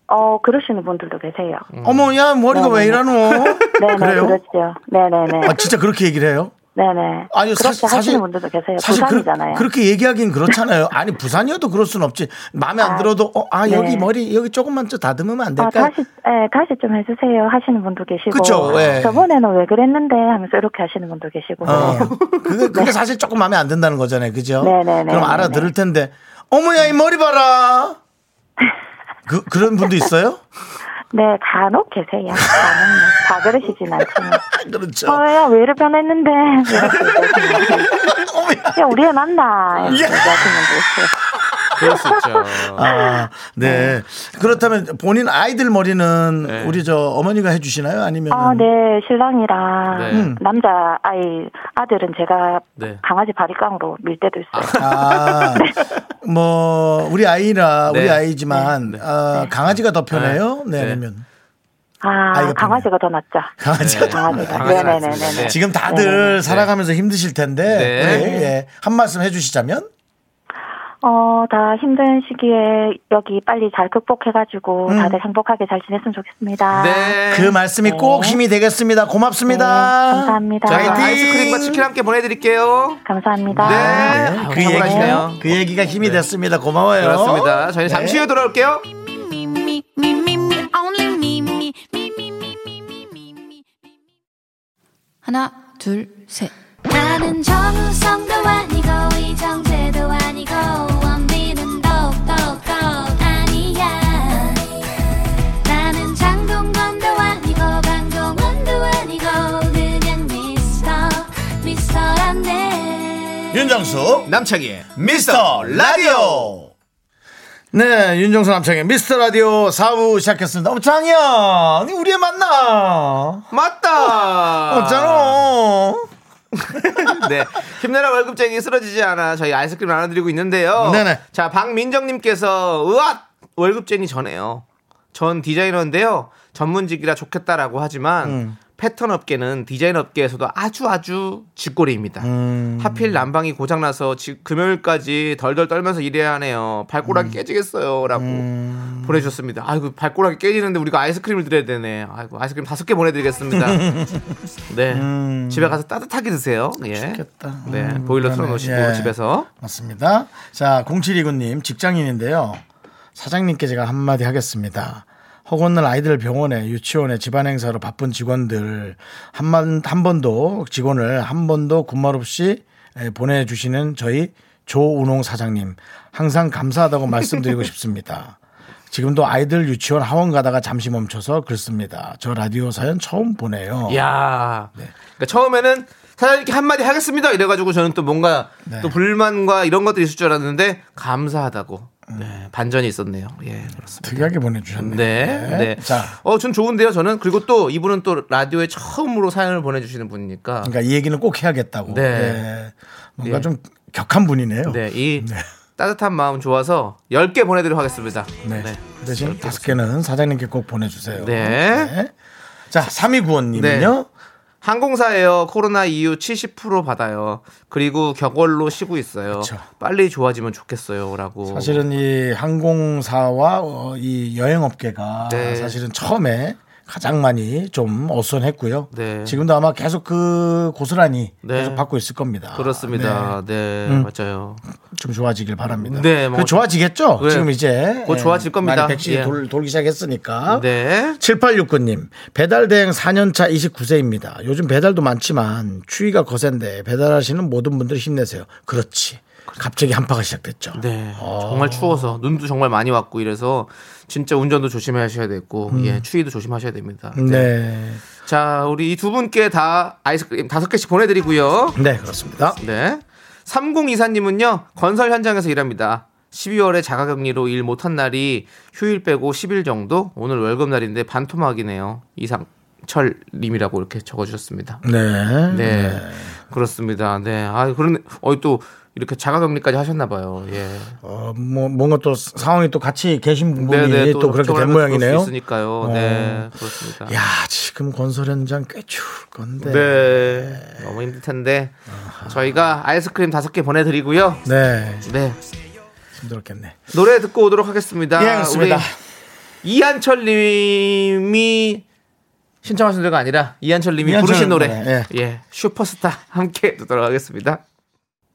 Speaker 8: 어, 그러시는 분들도 계세요.
Speaker 2: 음.
Speaker 1: 어머 야 머리가 왜 이러노?
Speaker 8: 네, 네,
Speaker 1: 그래요?
Speaker 8: 그렇죠. 네, 네, 네.
Speaker 1: 아 진짜 그렇게 얘기를 해요?
Speaker 8: 네, 네.
Speaker 1: 아니
Speaker 8: 그렇게
Speaker 1: 사실
Speaker 8: 하시는
Speaker 1: 사실
Speaker 8: 분들도 계세요.
Speaker 1: 사실 그,
Speaker 8: 네, 부산이잖아요.
Speaker 1: 그렇게 얘기하긴 그렇잖아요. 아니 부산이어도 그럴 순 없지. 마음에 안 들어도 어, 아
Speaker 8: 네.
Speaker 1: 여기 머리 여기 조금만 좀 다듬으면 안
Speaker 8: 아,
Speaker 1: 될까?
Speaker 8: 다시, 예, 다시 좀 해주세요. 하시는 분도 계시고.
Speaker 1: 그쵸, 예.
Speaker 8: 저번에는 왜 그랬는데 하면서 이렇게 하시는 분도 계시고.
Speaker 1: 어. 그게 그게 사실 조금 마음에 안 든다는 거잖아요, 그죠?
Speaker 8: 네, 네, 네,
Speaker 1: 그럼
Speaker 8: 네,
Speaker 1: 알아들을 텐데 어머야 이 머리 봐라. 그 그런 분도 있어요?
Speaker 8: 네, 간혹 계세요. 간혹. 다 그러시진 않지만.
Speaker 1: 그렇죠.
Speaker 8: 어, 야, 왜 이렇게 변했는데. 이렇게 얘기하시는 분. 야, 우리 애 만나. 이렇게 얘기하시는 분도 있어요.
Speaker 2: 그럴 수 있죠.
Speaker 1: 아, 네. 그렇다면 본인 아이들 머리는
Speaker 2: 네.
Speaker 1: 우리 저 어머니가 해주시나요? 아니면
Speaker 8: 아, 네, 신랑이랑
Speaker 2: 네.
Speaker 8: 음. 남자 아이 아들은 제가
Speaker 2: 네.
Speaker 8: 강아지 바리깡으로 밀 때도 있어요.
Speaker 1: 아, 뭐 우리 아이라
Speaker 2: 네.
Speaker 1: 우리 아이지만 아, 강아지가 더 편해요. 네,
Speaker 2: 네.
Speaker 1: 아니면
Speaker 8: 아,
Speaker 1: 아이가
Speaker 8: 아, 강아지가 더 낫죠. 네,
Speaker 2: 네.
Speaker 1: 강아지가 더
Speaker 8: 강아지가.
Speaker 2: 강아지가
Speaker 8: 네네네네.
Speaker 2: 낫습니다.
Speaker 1: 지금 다들 살아가면서 힘드실 텐데
Speaker 2: 네.
Speaker 1: 예, 예. 한 말씀 해주시자면
Speaker 8: 어, 다 힘든 시기에 여기 빨리 잘 극복해가지고
Speaker 1: 음.
Speaker 8: 다들 행복하게 잘 지냈으면 좋겠습니다.
Speaker 2: 네.
Speaker 1: 그 말씀이 꼭 힘이 되겠습니다.
Speaker 8: 네,
Speaker 1: 고맙습니다.
Speaker 8: 감사합니다.
Speaker 2: 저희가 아이스크림과 치킨 함께 보내드릴게요.
Speaker 8: 감사합니다.
Speaker 2: 네. 아유,
Speaker 1: 그 얘기가
Speaker 2: 억울하시네요.
Speaker 1: 그 얘기가 힘이 됐습니다. 고마워요.
Speaker 2: 그렇습니다. 저희 는 잠시 후에 돌아올게요.
Speaker 4: me, me, me, me, only me, me, me, me, me, me, me, me, me.
Speaker 3: 하나, 둘, 셋.
Speaker 4: 나는 정우성도 아니고 이정재도 아니고 원빈은 더욱더 아니야 나는 장동건도 아니고 강동원도 아니고 그냥 미스터 미스터란데
Speaker 7: 윤정수
Speaker 2: 남창희의
Speaker 7: 미스터 라디오
Speaker 1: 네, 윤정수 남창의 미스터 라디오 4부 시작했습니다. 어, 장이야, 니 우리의 만나.
Speaker 2: 맞다.
Speaker 1: 어, 어쩌노?
Speaker 2: 네. 힘내라 월급쟁이 쓰러지지 않아. 저희 아이스크림 나눠드리고 있는데요.
Speaker 1: 네네.
Speaker 2: 자, 박민정님께서, 으악! 월급쟁이 전해요. 전 디자이너인데요. 전문직이라 좋겠다라고 하지만,
Speaker 1: 음.
Speaker 2: 패턴 업계는 디자인 업계에서도 아주 아주 쥐꼬리입니다.
Speaker 1: 음.
Speaker 2: 하필 난방이 고장나서 지- 금요일까지 덜덜 떨면서 일해야 하네요.
Speaker 1: 음.
Speaker 2: 발꼬락이 깨지겠어요. 라고 보내주셨습니다. 아이고, 발꼬락이 깨지는데 우리가 아이스크림을 드려야 되네. 아이고, 아이스크림 다섯 개 보내드리겠습니다. 네. 집에 가서 따뜻하게 드세요. 예.
Speaker 1: 음. 좋겠다.
Speaker 2: 네.
Speaker 1: 음,
Speaker 2: 보일러
Speaker 1: 그러네.
Speaker 2: 틀어놓으시고
Speaker 1: 예.
Speaker 2: 집에서.
Speaker 1: 맞습니다. 자, 0729님, 직장인인데요. 사장님께 제가 한마디 하겠습니다. 허건날 아이들 병원에, 유치원에, 집안 행사로 바쁜 직원들, 한, 번, 한 번도, 직원을 한 번도 군말 없이 에, 보내주시는 저희 조운홍 사장님, 항상 감사하다고 말씀드리고 싶습니다. 지금도 아이들 유치원 하원 가다가 잠시 멈춰서 글씁니다. 저 라디오 사연 처음 보내요.
Speaker 2: 이야.
Speaker 1: 네.
Speaker 2: 그러니까 처음에는 사장님께 한마디 하겠습니다. 이래가지고 저는 또 뭔가
Speaker 1: 네.
Speaker 2: 또 불만과 이런 것들이 있을 줄 알았는데 감사하다고.
Speaker 1: 음.
Speaker 2: 네. 반전이 있었네요. 예. 그렇습니다.
Speaker 1: 특이하게 보내주셨네요.
Speaker 2: 네. 네.
Speaker 1: 자,
Speaker 2: 어, 전 좋은데요, 저는. 그리고 또 이분은 또 라디오에 처음으로 사연을 보내주시는 분이니까.
Speaker 1: 그러니까 이 얘기는 꼭 해야겠다고.
Speaker 2: 네.
Speaker 1: 예. 뭔가
Speaker 2: 예.
Speaker 1: 좀 격한 분이네요.
Speaker 2: 네. 이 따뜻한 마음 좋아서 10개 보내드리도록 하겠습니다.
Speaker 1: 네.
Speaker 2: 네.
Speaker 1: 대신 다섯 개는 사장님께 꼭 보내주세요.
Speaker 2: 네.
Speaker 1: 자, 3295님은요.
Speaker 2: 항공사예요. 코로나 이후 70% 받아요. 그리고 격월로 쉬고 있어요.
Speaker 1: 그쵸.
Speaker 2: 빨리 좋아지면 좋겠어요라고.
Speaker 1: 사실은 이 항공사와 어, 이 여행업계가
Speaker 2: 네.
Speaker 1: 사실은 처음에 가장 많이 좀 어수선했고요.
Speaker 2: 네.
Speaker 1: 지금도 아마 계속 그 고스란히
Speaker 2: 네.
Speaker 1: 계속 받고 있을 겁니다.
Speaker 2: 그렇습니다. 네,
Speaker 1: 음.
Speaker 2: 맞아요.
Speaker 1: 네. 좀 좋아지길 바랍니다.
Speaker 2: 네, 뭐-
Speaker 1: 그 좋아지겠죠?
Speaker 2: 네.
Speaker 1: 지금 이제
Speaker 2: 곧 좋아질
Speaker 1: 예,
Speaker 2: 겁니다.
Speaker 1: 많이 백신이
Speaker 2: 예.
Speaker 1: 돌, 돌기 시작했으니까.
Speaker 2: 네.
Speaker 1: 7869님, 배달대행 4년차 29세입니다. 요즘 배달도 많지만 추위가 거센데 배달하시는 모든 분들 힘내세요. 그렇지. 갑자기 한파가 시작됐죠.
Speaker 2: 네.
Speaker 1: 아.
Speaker 2: 정말 추워서 눈도 정말 많이 왔고 이래서 진짜 운전도 조심하셔야 되고 예, 추위도 조심하셔야 됩니다.
Speaker 1: 음. 네.
Speaker 2: 자, 우리 이 두 분께 다 아이스크림 다섯 개씩 보내 드리고요.
Speaker 1: 네, 그렇습니다.
Speaker 2: 네. 3024님은요, 건설 현장에서 일합니다. 12월에 자가격리로 일 못한 날이 휴일 빼고 10일 정도? 오늘 월급날인데 반토막이네요. 이상철님이라고 이렇게 적어주셨습니다.
Speaker 1: 네.
Speaker 2: 네. 그렇습니다. 네. 아, 그런, 어이 또, 이렇게 자가격리까지 하셨나봐요. 예.
Speaker 1: 어, 뭐, 뭔가 또 상황이 또 같이 계신 분이
Speaker 2: 네네.
Speaker 1: 또, 그렇게
Speaker 2: 걱정하면
Speaker 1: 된
Speaker 2: 그럴
Speaker 1: 모양이네요. 어.
Speaker 2: 수 있으니까요. 네. 그렇습니다.
Speaker 1: 야, 지금 건설 현장 꽤 추울 건데.
Speaker 2: 네. 너무 힘들 텐데. 저희가 아이스크림 다섯 개 보내드리고요.
Speaker 1: 네.
Speaker 2: 네.
Speaker 1: 힘들었겠네.
Speaker 2: 노래 듣고 오도록 하겠습니다.
Speaker 1: 예, 그렇습니다.
Speaker 2: 우리 이한철 님이 신청하신 노래가 아니라 이한철 님이
Speaker 1: 이한철
Speaker 2: 부르신 노래.
Speaker 1: 노래,
Speaker 2: 예. 슈퍼스타 함께 듣도록 하겠습니다.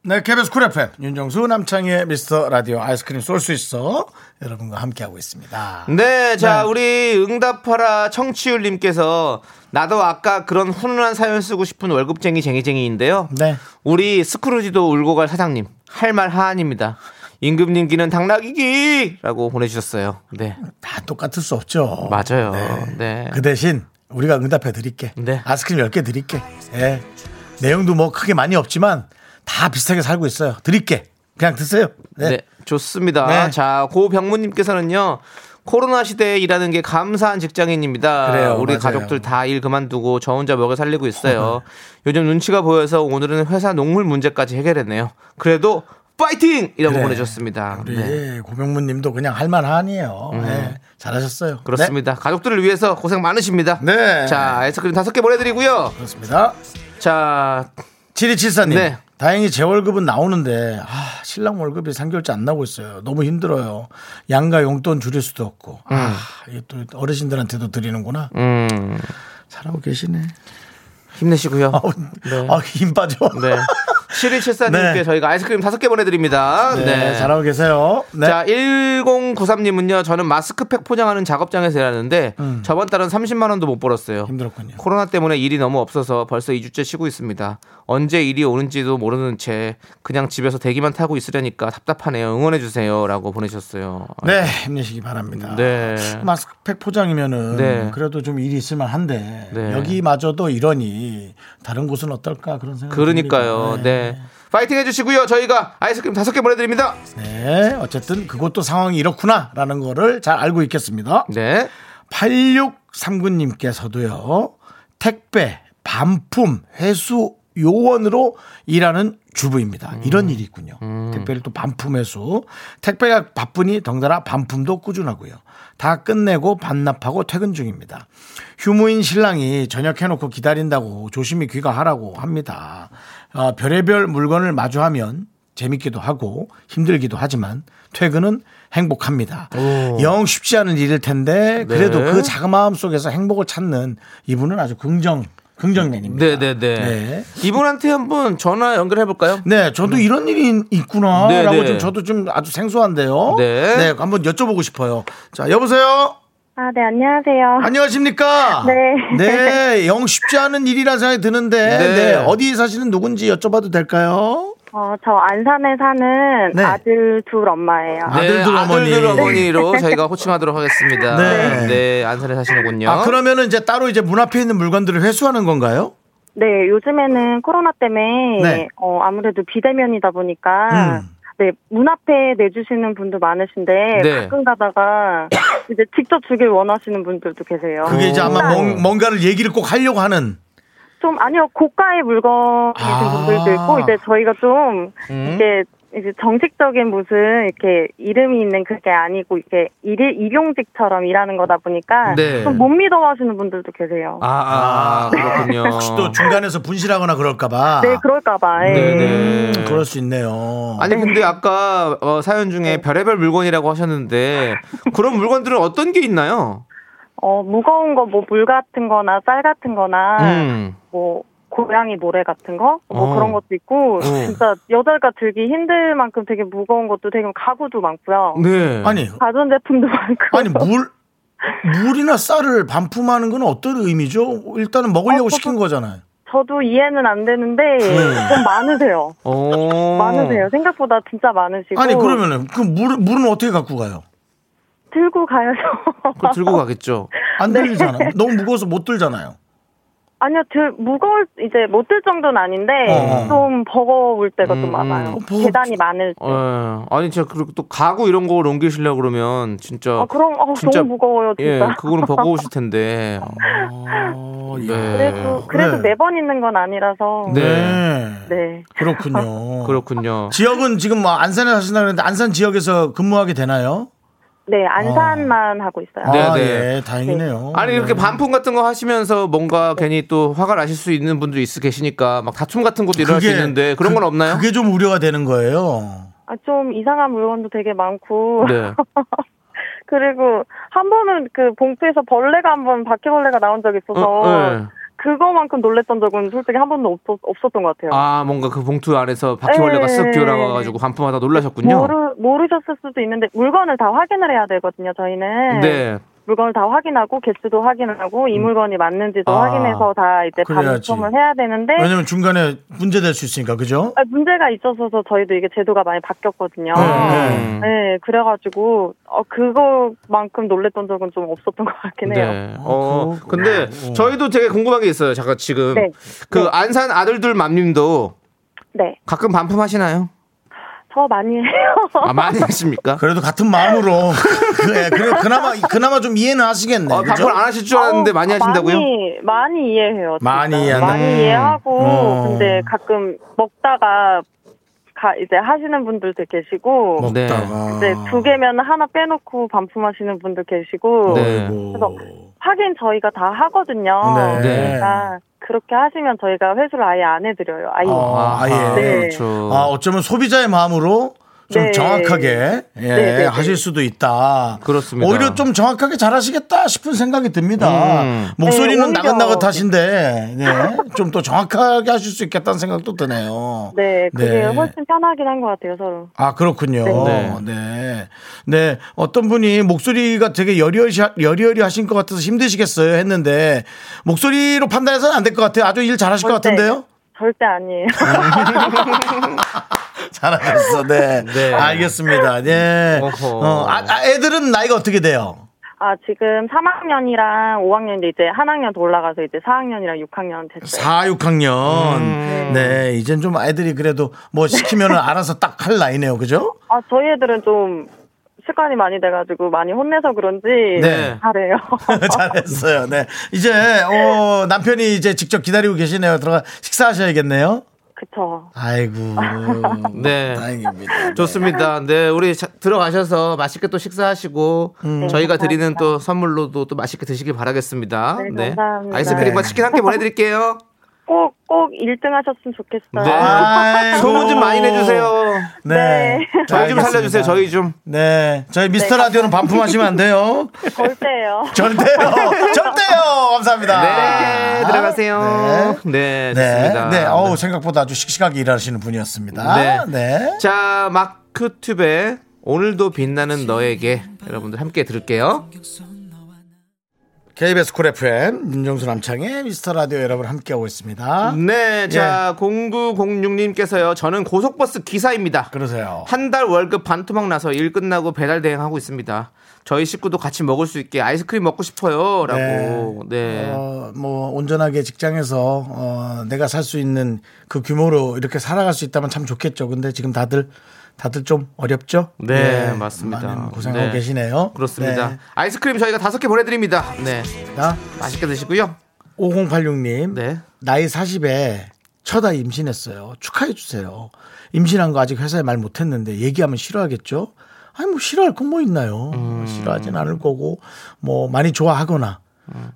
Speaker 1: 네, KBS 쿨 FM. 윤정수 남창희의 미스터 라디오 아이스크림 쏠 수 있어. 여러분과 함께하고 있습니다.
Speaker 2: 네, 자, 우리 응답하라 청취율 님께서 나도 아까 그런 훈훈한 사연 쓰고 싶은 월급쟁이 쟁이쟁이인데요.
Speaker 1: 네.
Speaker 2: 우리 스크루지도 울고 갈 사장님 할 말 하한입니다. 임금님기는 당락이기라고 보내주셨어요. 네,
Speaker 1: 다 똑같을 수 없죠.
Speaker 2: 맞아요. 네.
Speaker 1: 그 대신 우리가 응답해 드릴게.
Speaker 2: 네.
Speaker 1: 아이스크림 10개 드릴게. 예. 내용도 뭐 크게 많이 없지만 다 비슷하게 살고 있어요. 드릴게. 그냥 드세요. 네.
Speaker 2: 네, 좋습니다.
Speaker 1: 네.
Speaker 2: 자, 고병무님께서는요. 코로나 시대에 일하는 게 감사한 직장인입니다.
Speaker 1: 그래요,
Speaker 2: 우리
Speaker 1: 맞아요.
Speaker 2: 가족들 다 일 그만두고 저 혼자 먹여 살리고 있어요. 요즘 눈치가 보여서 오늘은 회사 농물 문제까지 해결했네요. 그래도 파이팅! 이라고
Speaker 1: 그래.
Speaker 2: 보내줬습니다.
Speaker 1: 우리
Speaker 2: 네.
Speaker 1: 고명무님도 그냥 할만하니에요.
Speaker 2: 음.
Speaker 1: 네, 잘하셨어요.
Speaker 2: 그렇습니다. 가족들을 위해서 고생 많으십니다.
Speaker 1: 네.
Speaker 2: 자, 아이스크림 다섯 개 보내드리고요.
Speaker 1: 그렇습니다.
Speaker 2: 자,
Speaker 1: 7274님.
Speaker 2: 네.
Speaker 1: 다행히 제 월급은 나오는데, 아, 신랑 월급이 3개월째 안 나오고 있어요. 너무 힘들어요. 양가 용돈 줄일 수도 없고. 아, 이게 또 어르신들한테도 드리는구나.
Speaker 2: 음,
Speaker 1: 잘하고 계시네.
Speaker 2: 힘내시고요.
Speaker 1: 아우,
Speaker 2: 네.
Speaker 1: 아, 힘 빠져.
Speaker 2: 네. 7274님께
Speaker 1: 네.
Speaker 2: 저희가 아이스크림 다섯 개 보내드립니다.
Speaker 1: 네,
Speaker 2: 네.
Speaker 1: 잘하고 계세요. 네.
Speaker 2: 자, 1093님은요, 저는 마스크팩 포장하는 작업장에서 일하는데, 저번 달은 30만원도 못 벌었어요.
Speaker 1: 힘들었군요.
Speaker 2: 코로나 때문에 일이 너무 없어서 벌써 2주째 쉬고 있습니다. 언제 일이 오는지도 모르는 채 그냥 집에서 대기만 타고 있으려니까 답답하네요. 응원해 주세요라고 보내셨어요.
Speaker 1: 네, 힘내시기 바랍니다.
Speaker 2: 아, 네.
Speaker 1: 마스크팩 포장이면은
Speaker 2: 네.
Speaker 1: 그래도 좀 일이 있을만 한데
Speaker 2: 네.
Speaker 1: 여기마저도 이러니 다른 곳은 어떨까 그런 생각이
Speaker 2: 그러니까요.
Speaker 1: 듭니다.
Speaker 2: 네. 파이팅 해 주시고요. 저희가 아이스크림 다섯 개 보내 드립니다.
Speaker 1: 네, 어쨌든 그것도 상황이 이렇구나라는 거를 잘 알고 있겠습니다.
Speaker 2: 네.
Speaker 1: 8639님께서도요, 택배, 반품, 회수 요원으로 일하는 주부입니다. 이런 일이 있군요. 택배를 또 반품회수. 택배가 바쁘니 덩달아 반품도 꾸준하고요. 다 끝내고 반납하고 퇴근 중입니다. 휴무인 신랑이 저녁 해놓고 기다린다고 조심히 귀가하라고 합니다. 어, 별의별 물건을 마주하면 재밌기도 하고 힘들기도 하지만 퇴근은 행복합니다. 영 쉽지 않은 일일 텐데 그래도
Speaker 2: 네.
Speaker 1: 그 작은 마음 속에서 행복을 찾는 이분은 아주 긍정 긍정맨입니다.
Speaker 2: 네, 네, 네.
Speaker 1: 네.
Speaker 2: 이분한테 한번 전화 연결해 볼까요?
Speaker 1: 네, 저도 이런 일이
Speaker 2: 네,
Speaker 1: 있구나라고
Speaker 2: 네.
Speaker 1: 좀 저도 좀 아주 생소한데요.
Speaker 2: 네.
Speaker 1: 한번 여쭤보고 싶어요. 자, 여보세요.
Speaker 8: 아, 네, 안녕하세요.
Speaker 1: 안녕하십니까?
Speaker 8: 네.
Speaker 1: 네, 영 쉽지 않은 일이라는 생각이 드는데
Speaker 2: 네.
Speaker 1: 네, 어디 사시는 누군지 여쭤봐도 될까요?
Speaker 8: 어, 저 안산에 사는
Speaker 1: 네.
Speaker 8: 아들 둘 엄마예요.
Speaker 1: 아, 아들들 어머니.
Speaker 2: 네, 아들들 어머니로 저희가 호칭하도록 하겠습니다. 네.
Speaker 1: 네.
Speaker 2: 안산에 사시는군요.
Speaker 1: 아, 그러면은 이제 따로 이제 문 앞에 있는 물건들을 회수하는 건가요?
Speaker 8: 네, 요즘에는 코로나 때문에
Speaker 1: 네.
Speaker 8: 어, 아무래도 비대면이다 보니까
Speaker 1: 음.
Speaker 8: 네, 문 앞에 내주시는 분도 많으신데
Speaker 2: 네.
Speaker 8: 가끔 가다가 이제 직접 주길 원하시는 분들도 계세요.
Speaker 1: 그게 이제 아마
Speaker 8: 일단
Speaker 1: 뭔- 뭔가를 얘기를 꼭 하려고 하는
Speaker 8: 좀 아니요 고가의 물건이신
Speaker 1: 아.
Speaker 8: 분들도 있고 이제 저희가 좀
Speaker 2: 음.
Speaker 8: 이게 이제 정식적인 무슨 이렇게 이름이 있는 그게 아니고 이게 일일 일용직처럼 일하는 거다 보니까
Speaker 2: 네.
Speaker 8: 좀 못 믿어하시는 분들도 계세요.
Speaker 2: 아, 아, 그렇군요.
Speaker 1: 혹시 또 중간에서 분실하거나 그럴까봐.
Speaker 8: 네, 그럴까봐. 예.
Speaker 2: 아. 네,
Speaker 1: 음,
Speaker 2: 네.
Speaker 1: 그럴 수 있네요.
Speaker 2: 아니 근데 아까 어, 사연
Speaker 1: 네.
Speaker 2: 중에 별의별 물건이라고 하셨는데 그런 물건들은 어떤 게 있나요?
Speaker 8: 어, 무거운 거, 뭐, 물 같은 거나, 쌀 같은 거나,
Speaker 2: 음.
Speaker 8: 뭐, 고양이 모래 같은 거? 뭐
Speaker 2: 어.
Speaker 8: 그런 것도 있고, 진짜 여자가 들기 힘들 만큼 되게 무거운 것도 되게 가구도 많고요.
Speaker 2: 네.
Speaker 1: 아니,
Speaker 8: 가전제품도 많고.
Speaker 1: 아니 물 물이나 쌀을 반품하는 건 어떤 의미죠? 일단은 먹으려고
Speaker 8: 어, 저도-
Speaker 1: 시킨 거잖아요.
Speaker 8: 저도 이해는 안
Speaker 1: 네.
Speaker 8: 되는데, 좀 많으세요.
Speaker 2: 오.
Speaker 8: 많으세요. 생각보다 진짜 많으시고.
Speaker 1: 어. 아니 그러면은 그 물, 물은 어떻게 갖고 가요?
Speaker 8: 들고 가야죠.
Speaker 2: 그거 들고 가겠죠.
Speaker 1: 안 들리잖아. 요 너무 무거워서 못 들잖아요.
Speaker 8: 아니요, 들, 무거울, 이제 못 들 정도는 아닌데,
Speaker 1: 어.
Speaker 8: 좀 버거울 때가
Speaker 2: 음,
Speaker 8: 좀 많아요.
Speaker 2: 어,
Speaker 1: 버거-
Speaker 8: 계단이 많을 때.
Speaker 2: 어, 아니 진짜 그리고 또 가구 이런 거 옮기시려고 그러면 진짜
Speaker 8: 아, 그럼, 어,
Speaker 2: 진짜-
Speaker 8: 너무 무거워요,
Speaker 2: 예,
Speaker 8: 진짜.
Speaker 2: 그거는 버거우실 텐데. 아,
Speaker 1: 어, 예.
Speaker 8: 그래도 그래도
Speaker 1: 네.
Speaker 8: 매번 있는 건 아니라서
Speaker 2: 네.
Speaker 8: 네,
Speaker 1: 네. 그렇군요.
Speaker 2: 그렇군요.
Speaker 1: 지역은 지금 뭐 안산에 사신다 그랬는데 안산 지역에서 근무하게 되나요?
Speaker 8: 네, 안산만 하고 있어요.
Speaker 2: 네,
Speaker 1: 아,
Speaker 2: 네.
Speaker 1: 예, 다행이네요.
Speaker 2: 아니 이렇게 반품 같은 거 하시면서 뭔가 괜히 또 화가 나실 수 있는 분도 있으 계시니까 막 다툼 같은 것도 일어날 수 있는데 그런
Speaker 1: 그-
Speaker 2: 건 없나요?
Speaker 1: 그게 좀 우려가 되는 거예요.
Speaker 8: 아, 좀 이상한 물건도 되게 많고
Speaker 2: 네.
Speaker 8: 그리고 한 번은 그 봉투에서 벌레가 한 번 바퀴벌레가 나온 적이 있어서
Speaker 1: 예.
Speaker 2: 어, 네.
Speaker 8: 그거만큼 놀랬던 적은 솔직히 한 번도 없었, 없었던 것 같아요.
Speaker 2: 아 뭔가 그 봉투 안에서 바퀴벌레가
Speaker 8: 네.
Speaker 2: 쓱 기어나가가지고 반품하다 놀라셨군요.
Speaker 8: 모르 모르셨을 수도 있는데 물건을 다 확인을 해야 되거든요. 저희는
Speaker 2: 네.
Speaker 8: 물건을 다 확인하고 개수도 확인하고 이 물건이 맞는지도
Speaker 2: 아,
Speaker 8: 확인해서 다 이제
Speaker 1: 음. 그래야지.
Speaker 8: 반품을 해야 되는데
Speaker 1: 왜냐면 중간에 문제될 수 있으니까 그죠?
Speaker 8: 아, 문제가 있어서 저희도 이게 제도가 많이 바뀌었거든요.
Speaker 2: 음.
Speaker 8: 아, 네, 그래가지고 어 그거만큼 놀랬던 적은 좀 없었던 것 같긴 해요.
Speaker 2: 네. 어,
Speaker 1: 그거-
Speaker 2: 근데 저희도 되게 궁금한 게 있어요. 잠깐 지금
Speaker 8: 네.
Speaker 2: 그
Speaker 8: 네.
Speaker 2: 안산 아들들 맘님도
Speaker 8: 네,
Speaker 2: 가끔 반품하시나요?
Speaker 8: 더 많이 해요.
Speaker 2: 아 많이 하십니까?
Speaker 1: 그래도 같은 마음으로 그래, 그래 그나마 그나마 좀 이해는 하시겠네.
Speaker 2: 어,
Speaker 1: 그죠?
Speaker 2: 반품 안 하실 줄 알았는데 많이 하신다고요?
Speaker 8: 많이, 많이 이해해요. 진짜.
Speaker 1: 많이 이해한다.
Speaker 8: 많이 이해하고
Speaker 1: 음.
Speaker 8: 근데 가끔 먹다가
Speaker 9: 가 이제 하시는 분들도 계시고
Speaker 2: 네.
Speaker 7: 먹다가.
Speaker 1: 네.
Speaker 9: 이제 두 개면 하나 빼놓고 반품하시는 분도 계시고
Speaker 7: 네.
Speaker 9: 그래서 확인 저희가 다 하거든요.
Speaker 7: 네. 네.
Speaker 9: 그러니까 그렇게 하시면 저희가 회수를 아예 안 해드려요. 아예.
Speaker 1: 아, 예.
Speaker 9: 네.
Speaker 2: 그렇죠.
Speaker 1: 아, 어쩌면 소비자의 마음으로 좀
Speaker 9: 네.
Speaker 1: 정확하게 예,
Speaker 9: 네, 네, 네.
Speaker 1: 하실 수도 있다.
Speaker 2: 그렇습니다.
Speaker 1: 오히려 좀 정확하게 잘하시겠다 싶은 생각이 듭니다.
Speaker 2: 음.
Speaker 1: 목소리는
Speaker 2: 네, 오히려.
Speaker 1: 나긋나긋하신데 네. 좀 더 정확하게 하실 수 있겠다는 생각도 드네요.
Speaker 9: 네, 그게
Speaker 1: 네.
Speaker 9: 훨씬 편하긴 한 것 같아요, 서로.
Speaker 1: 아 그렇군요. 네.
Speaker 9: 네.
Speaker 1: 네. 어떤 분이 목소리가 되게 여리여리 여리여리 하신 것 같아서 힘드시겠어요 했는데 목소리로 판단해서는 안 될 것 같아요. 아주 일 잘하실 것
Speaker 9: 절대,
Speaker 1: 같은데요.
Speaker 9: 절대 아니에요.
Speaker 1: 잘하셨어. 네.
Speaker 7: 네.
Speaker 1: 알겠습니다. 네. 어, 아, 아, 애들은 나이가 어떻게 돼요?
Speaker 9: 아, 지금 3학년이랑 5학년인데 이제 한 학년 더 올라가서 이제 4학년이랑 6학년 됐어요.
Speaker 1: 4, 6학년. 네. 이젠 좀 애들이 그래도 뭐 시키면은 알아서 딱 할 나이네요. 그죠?
Speaker 9: 아, 저희 애들은 좀 습관이 많이 돼가지고 많이 혼내서 그런지
Speaker 1: 네.
Speaker 9: 잘해요.
Speaker 1: 잘했어요. 네. 이제, 어, 남편이 이제 직접 기다리고 계시네요. 들어가 식사하셔야겠네요.
Speaker 9: 그쵸.
Speaker 1: 아이고.
Speaker 2: 네. 다행입니다. 좋습니다. 네, 우리 자- 들어가셔서 맛있게 또 식사하시고
Speaker 1: 음.
Speaker 9: 네,
Speaker 2: 저희가
Speaker 9: 감사합니다.
Speaker 2: 드리는 또 선물로도 또 맛있게 드시길 바라겠습니다.
Speaker 9: 네, 감사합니다.
Speaker 2: 아이스크림과
Speaker 9: 네.
Speaker 2: 치킨 함께 보내드릴게요.
Speaker 9: 꼭, 꼭 1등 하셨으면 좋겠어요. 아,
Speaker 2: 네. 소문 좀 많이 내주세요.
Speaker 1: 네.
Speaker 2: 저희 좀
Speaker 1: 알겠습니다.
Speaker 2: 살려주세요. 저희 좀.
Speaker 1: 네. 저희 미스터 라디오는 반품하시면 안 돼요.
Speaker 9: 절대요.
Speaker 1: 절대요. 절대요. 감사합니다.
Speaker 2: 네, 들어가세요. 네, 좋습니다.
Speaker 1: 네. 어우, 생각보다 아주 씩씩하게 일하시는 분이었습니다. 네.
Speaker 2: 자, 마크튜브의 오늘도 빛나는 너에게 여러분들 함께 들을게요.
Speaker 1: 네. KBS 쿨 FM 윤정수 남창의 미스터 라디오 여러분 함께하고 있습니다.
Speaker 2: 네,
Speaker 1: 예.
Speaker 2: 자 0906님께서요. 저는 고속버스 기사입니다.
Speaker 1: 그러세요.
Speaker 2: 한 달 월급 반토막 나서 일 끝나고 배달 대행하고 있습니다. 저희 식구도 같이 먹을 수 있게 아이스크림 먹고 싶어요라고. 네.
Speaker 1: 어, 뭐 온전하게 직장에서 어, 내가 살 수 있는 그 규모로 이렇게 살아갈 수 있다면 참 좋겠죠. 근데 지금 다들 다들 좀 어렵죠? 예,
Speaker 2: 네, 맞습니다.
Speaker 1: 많은 고생하고
Speaker 2: 네.
Speaker 1: 계시네요.
Speaker 2: 그렇습니다.
Speaker 1: 네.
Speaker 2: 아이스크림 저희가 다섯 개 보내드립니다. 네. 맛있게 드시고요.
Speaker 1: 5086님.
Speaker 2: 네.
Speaker 1: 나이 40에 쳐다 임신했어요. 축하해 주세요. 임신한 거 아직 회사에 말 못했는데 얘기하면 싫어하겠죠? 아니 뭐 싫어할 건 뭐 있나요?
Speaker 2: 음.
Speaker 1: 싫어하진 않을 거고 뭐 많이 좋아하거나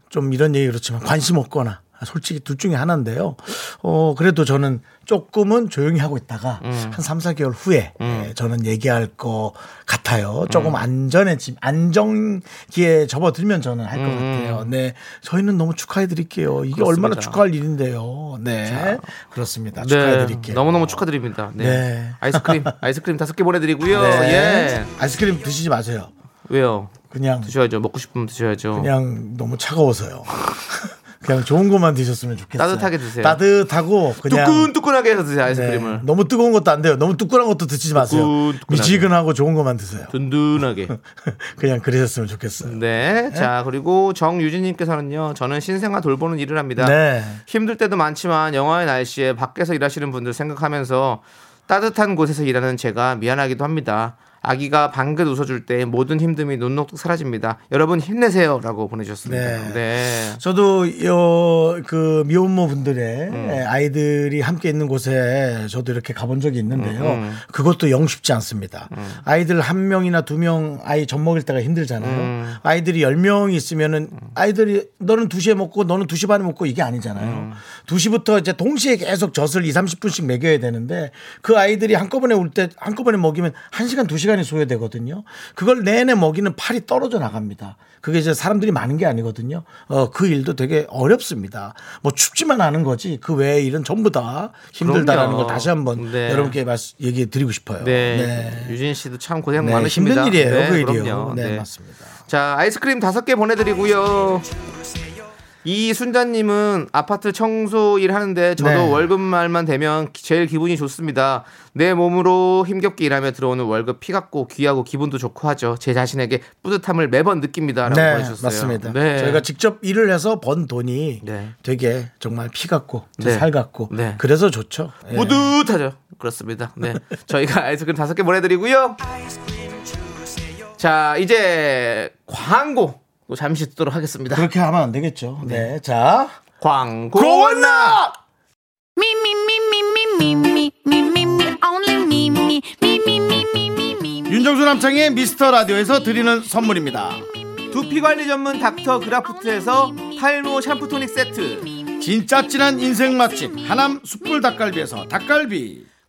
Speaker 1: 좀 이런 얘기 그렇지만 관심 없거나 솔직히 둘 중에 하나인데요. 어 그래도 저는 조금은 조용히 하고 있다가
Speaker 2: 음.
Speaker 1: 한 3, 4개월 후에 예, 저는 얘기할 것 같아요. 조금
Speaker 2: 음.
Speaker 1: 안전해지 안정기에 접어들면 저는 할 것 같아요. 네. 저희는 너무 축하해 드릴게요. 이게
Speaker 2: 음, 그렇습니다.
Speaker 1: 얼마나 축하할 일인데요. 네. 그렇습니다. 축하해 드릴게요.
Speaker 2: 네. 너무너무 축하드립니다. 네.
Speaker 1: 네.
Speaker 2: 아이스크림, 아이스크림 다섯 개 보내드리고요.
Speaker 1: 네.
Speaker 2: 예.
Speaker 1: 아이스크림 드시지 마세요.
Speaker 2: 왜요?
Speaker 1: 그냥
Speaker 2: 드셔야죠. 먹고 싶으면 드셔야죠.
Speaker 1: 그냥 너무 차가워서요. 그냥 좋은 것만 드셨으면 좋겠어요.
Speaker 2: 따뜻하게 드세요.
Speaker 1: 따뜻하고 그냥
Speaker 2: 뜨끈뜨끈하게 해서 드세요.
Speaker 1: 네,
Speaker 2: 아이스크림을.
Speaker 1: 너무 뜨거운 것도 안 돼요. 너무 뜨끈한 것도 드시지 마세요.
Speaker 2: 뜨끈뜨끈하게.
Speaker 1: 미지근하고 좋은 것만 드세요.
Speaker 2: 든든하게.
Speaker 1: 그냥 그러셨으면 좋겠어요.
Speaker 2: 네. 자, 그리고 정유진님께서는요, 저는 신생아 돌보는 일을 합니다.
Speaker 1: 네.
Speaker 2: 힘들 때도 많지만 영화의 날씨에 밖에서 일하시는 분들 생각하면서 따뜻한 곳에서 일하는 제가 미안하기도 합니다. 아기가 방긋 웃어줄 때 모든 힘듦이 눈녹듯 사라집니다. 여러분 힘내세요. 라고 보내주셨습니다. 네.
Speaker 1: 저도 요그 미혼모 분들의
Speaker 2: 음.
Speaker 1: 예, 아이들이 함께 있는 곳에 저도 이렇게 가본 적이 있는데요.
Speaker 2: 음, 음.
Speaker 1: 그것도 영 쉽지 않습니다. 아이들 한 명이나 두 명 아이 젖 먹일 때가 힘들잖아요.
Speaker 2: 음.
Speaker 1: 아이들이 열 명이 있으면은 아이들이 너는 두시에 먹고 너는 두 시 반에 먹고 이게
Speaker 2: 음.
Speaker 1: 아니잖아요. 두시부터 이제 동시에 계속 젖을 이 삼십 분씩 먹여야 되는데 그 아이들이 한꺼번에 올 때 한꺼번에 먹이면 한시간두시간이 소요되거든요. 그걸 내내 먹이는 팔이 떨어져 나갑니다. 그게 이제 사람들이 많은 게 아니거든요. 어, 그 일도 되게 어렵습니다. 뭐 춥지만 않은 거지 그 외의 일은 전부 다 힘들다라는
Speaker 2: 그럼요.
Speaker 1: 걸 다시 한번
Speaker 2: 네.
Speaker 1: 여러분께 말씀- 얘기해 드리고 싶어요.
Speaker 2: 네. 유진 씨도 참 고생
Speaker 1: 네,
Speaker 2: 많으십니다.
Speaker 1: 힘든 일이에요, 그 일이요.
Speaker 2: 그럼요.
Speaker 1: 네, 맞습니다.
Speaker 2: 자, 아이스크림 다섯 개 보내드리고요. 이 순자님은 아파트 청소 일 하는데 저도
Speaker 1: 네.
Speaker 2: 월급말만 되면 기- 제일 기분이 좋습니다. 내 몸으로 힘겹게 일하며 들어오는 월급 피 같고 귀하고 기분도 좋고 하죠. 제 자신에게 뿌듯함을 매번 느낍니다라고
Speaker 1: 네,
Speaker 2: 보내주셨어요.
Speaker 1: 맞습니다.
Speaker 2: 네.
Speaker 1: 저희가 직접 일을 해서 번 돈이
Speaker 2: 네.
Speaker 1: 되게 정말 피 같고 제
Speaker 2: 네.
Speaker 1: 살 같고
Speaker 2: 네.
Speaker 1: 그래서 좋죠. 예.
Speaker 2: 뿌듯하죠. 그렇습니다. 네. 저희가 아이스크림 다섯 개 보내드리고요. 자, 이제 광고 또 잠시 듣도록 하겠습니다.
Speaker 1: 네. 그렇게 하면 안 되겠죠. 네, 자
Speaker 2: 광고
Speaker 4: Me, me, me, me, me, me, me, me, me, me, only me.
Speaker 10: 미미미 미미미
Speaker 1: 윤정수 남창의 미스터 라디오에서 드리는 선물입니다.
Speaker 2: 두피 관리 전문 닥터 그라프트에서 탈모 샴푸 토닉 세트.
Speaker 1: 진짜 진한 인생 맛집 하남 숯불 닭갈비에서 닭갈비.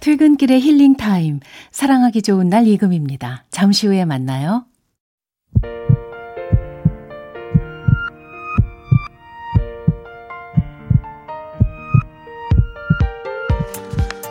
Speaker 4: 퇴근길의 힐링 타임. 사랑하기 좋은 날 이금입니다. 잠시 후에 만나요.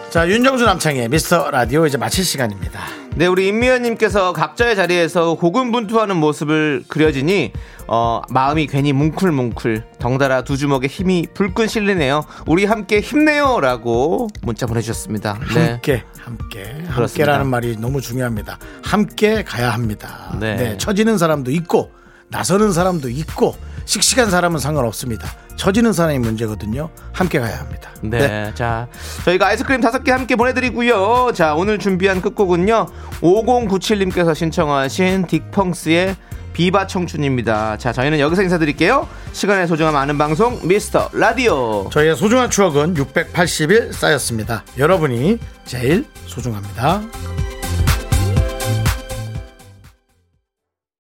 Speaker 1: 자, 윤정수 남창의 미스터 라디오 이제 마칠 시간입니다.
Speaker 2: 네, 우리 임미연님께서 각자의 자리에서 고군분투하는 모습을 그려지니 어, 마음이 괜히 뭉클뭉클 덩달아 두 주먹에 힘이 불끈 실리네요. 우리 함께 힘내요라고 문자 보내주셨습니다. 네.
Speaker 1: 함께, 함께,
Speaker 2: 그렇습니다.
Speaker 1: 함께라는 말이 너무 중요합니다. 함께 가야 합니다.
Speaker 2: 네.
Speaker 1: 네. 처지는 사람도 있고 나서는 사람도 있고 씩씩한 사람은 상관없습니다. 처지는 사람이 문제거든요. 함께 가야 합니다.
Speaker 2: 네. 자, 저희가 아이스크림 다섯 개 함께 보내드리고요. 자, 오늘 준비한 끝곡은요. 5097님께서 신청하신 딕펑스의 비바 청춘입니다. 자, 저희는 여기서 인사드릴게요. 시간의 소중함 아는 방송, 미스터 라디오.
Speaker 1: 저희의 소중한 추억은 680일 쌓였습니다. 여러분이 제일 소중합니다.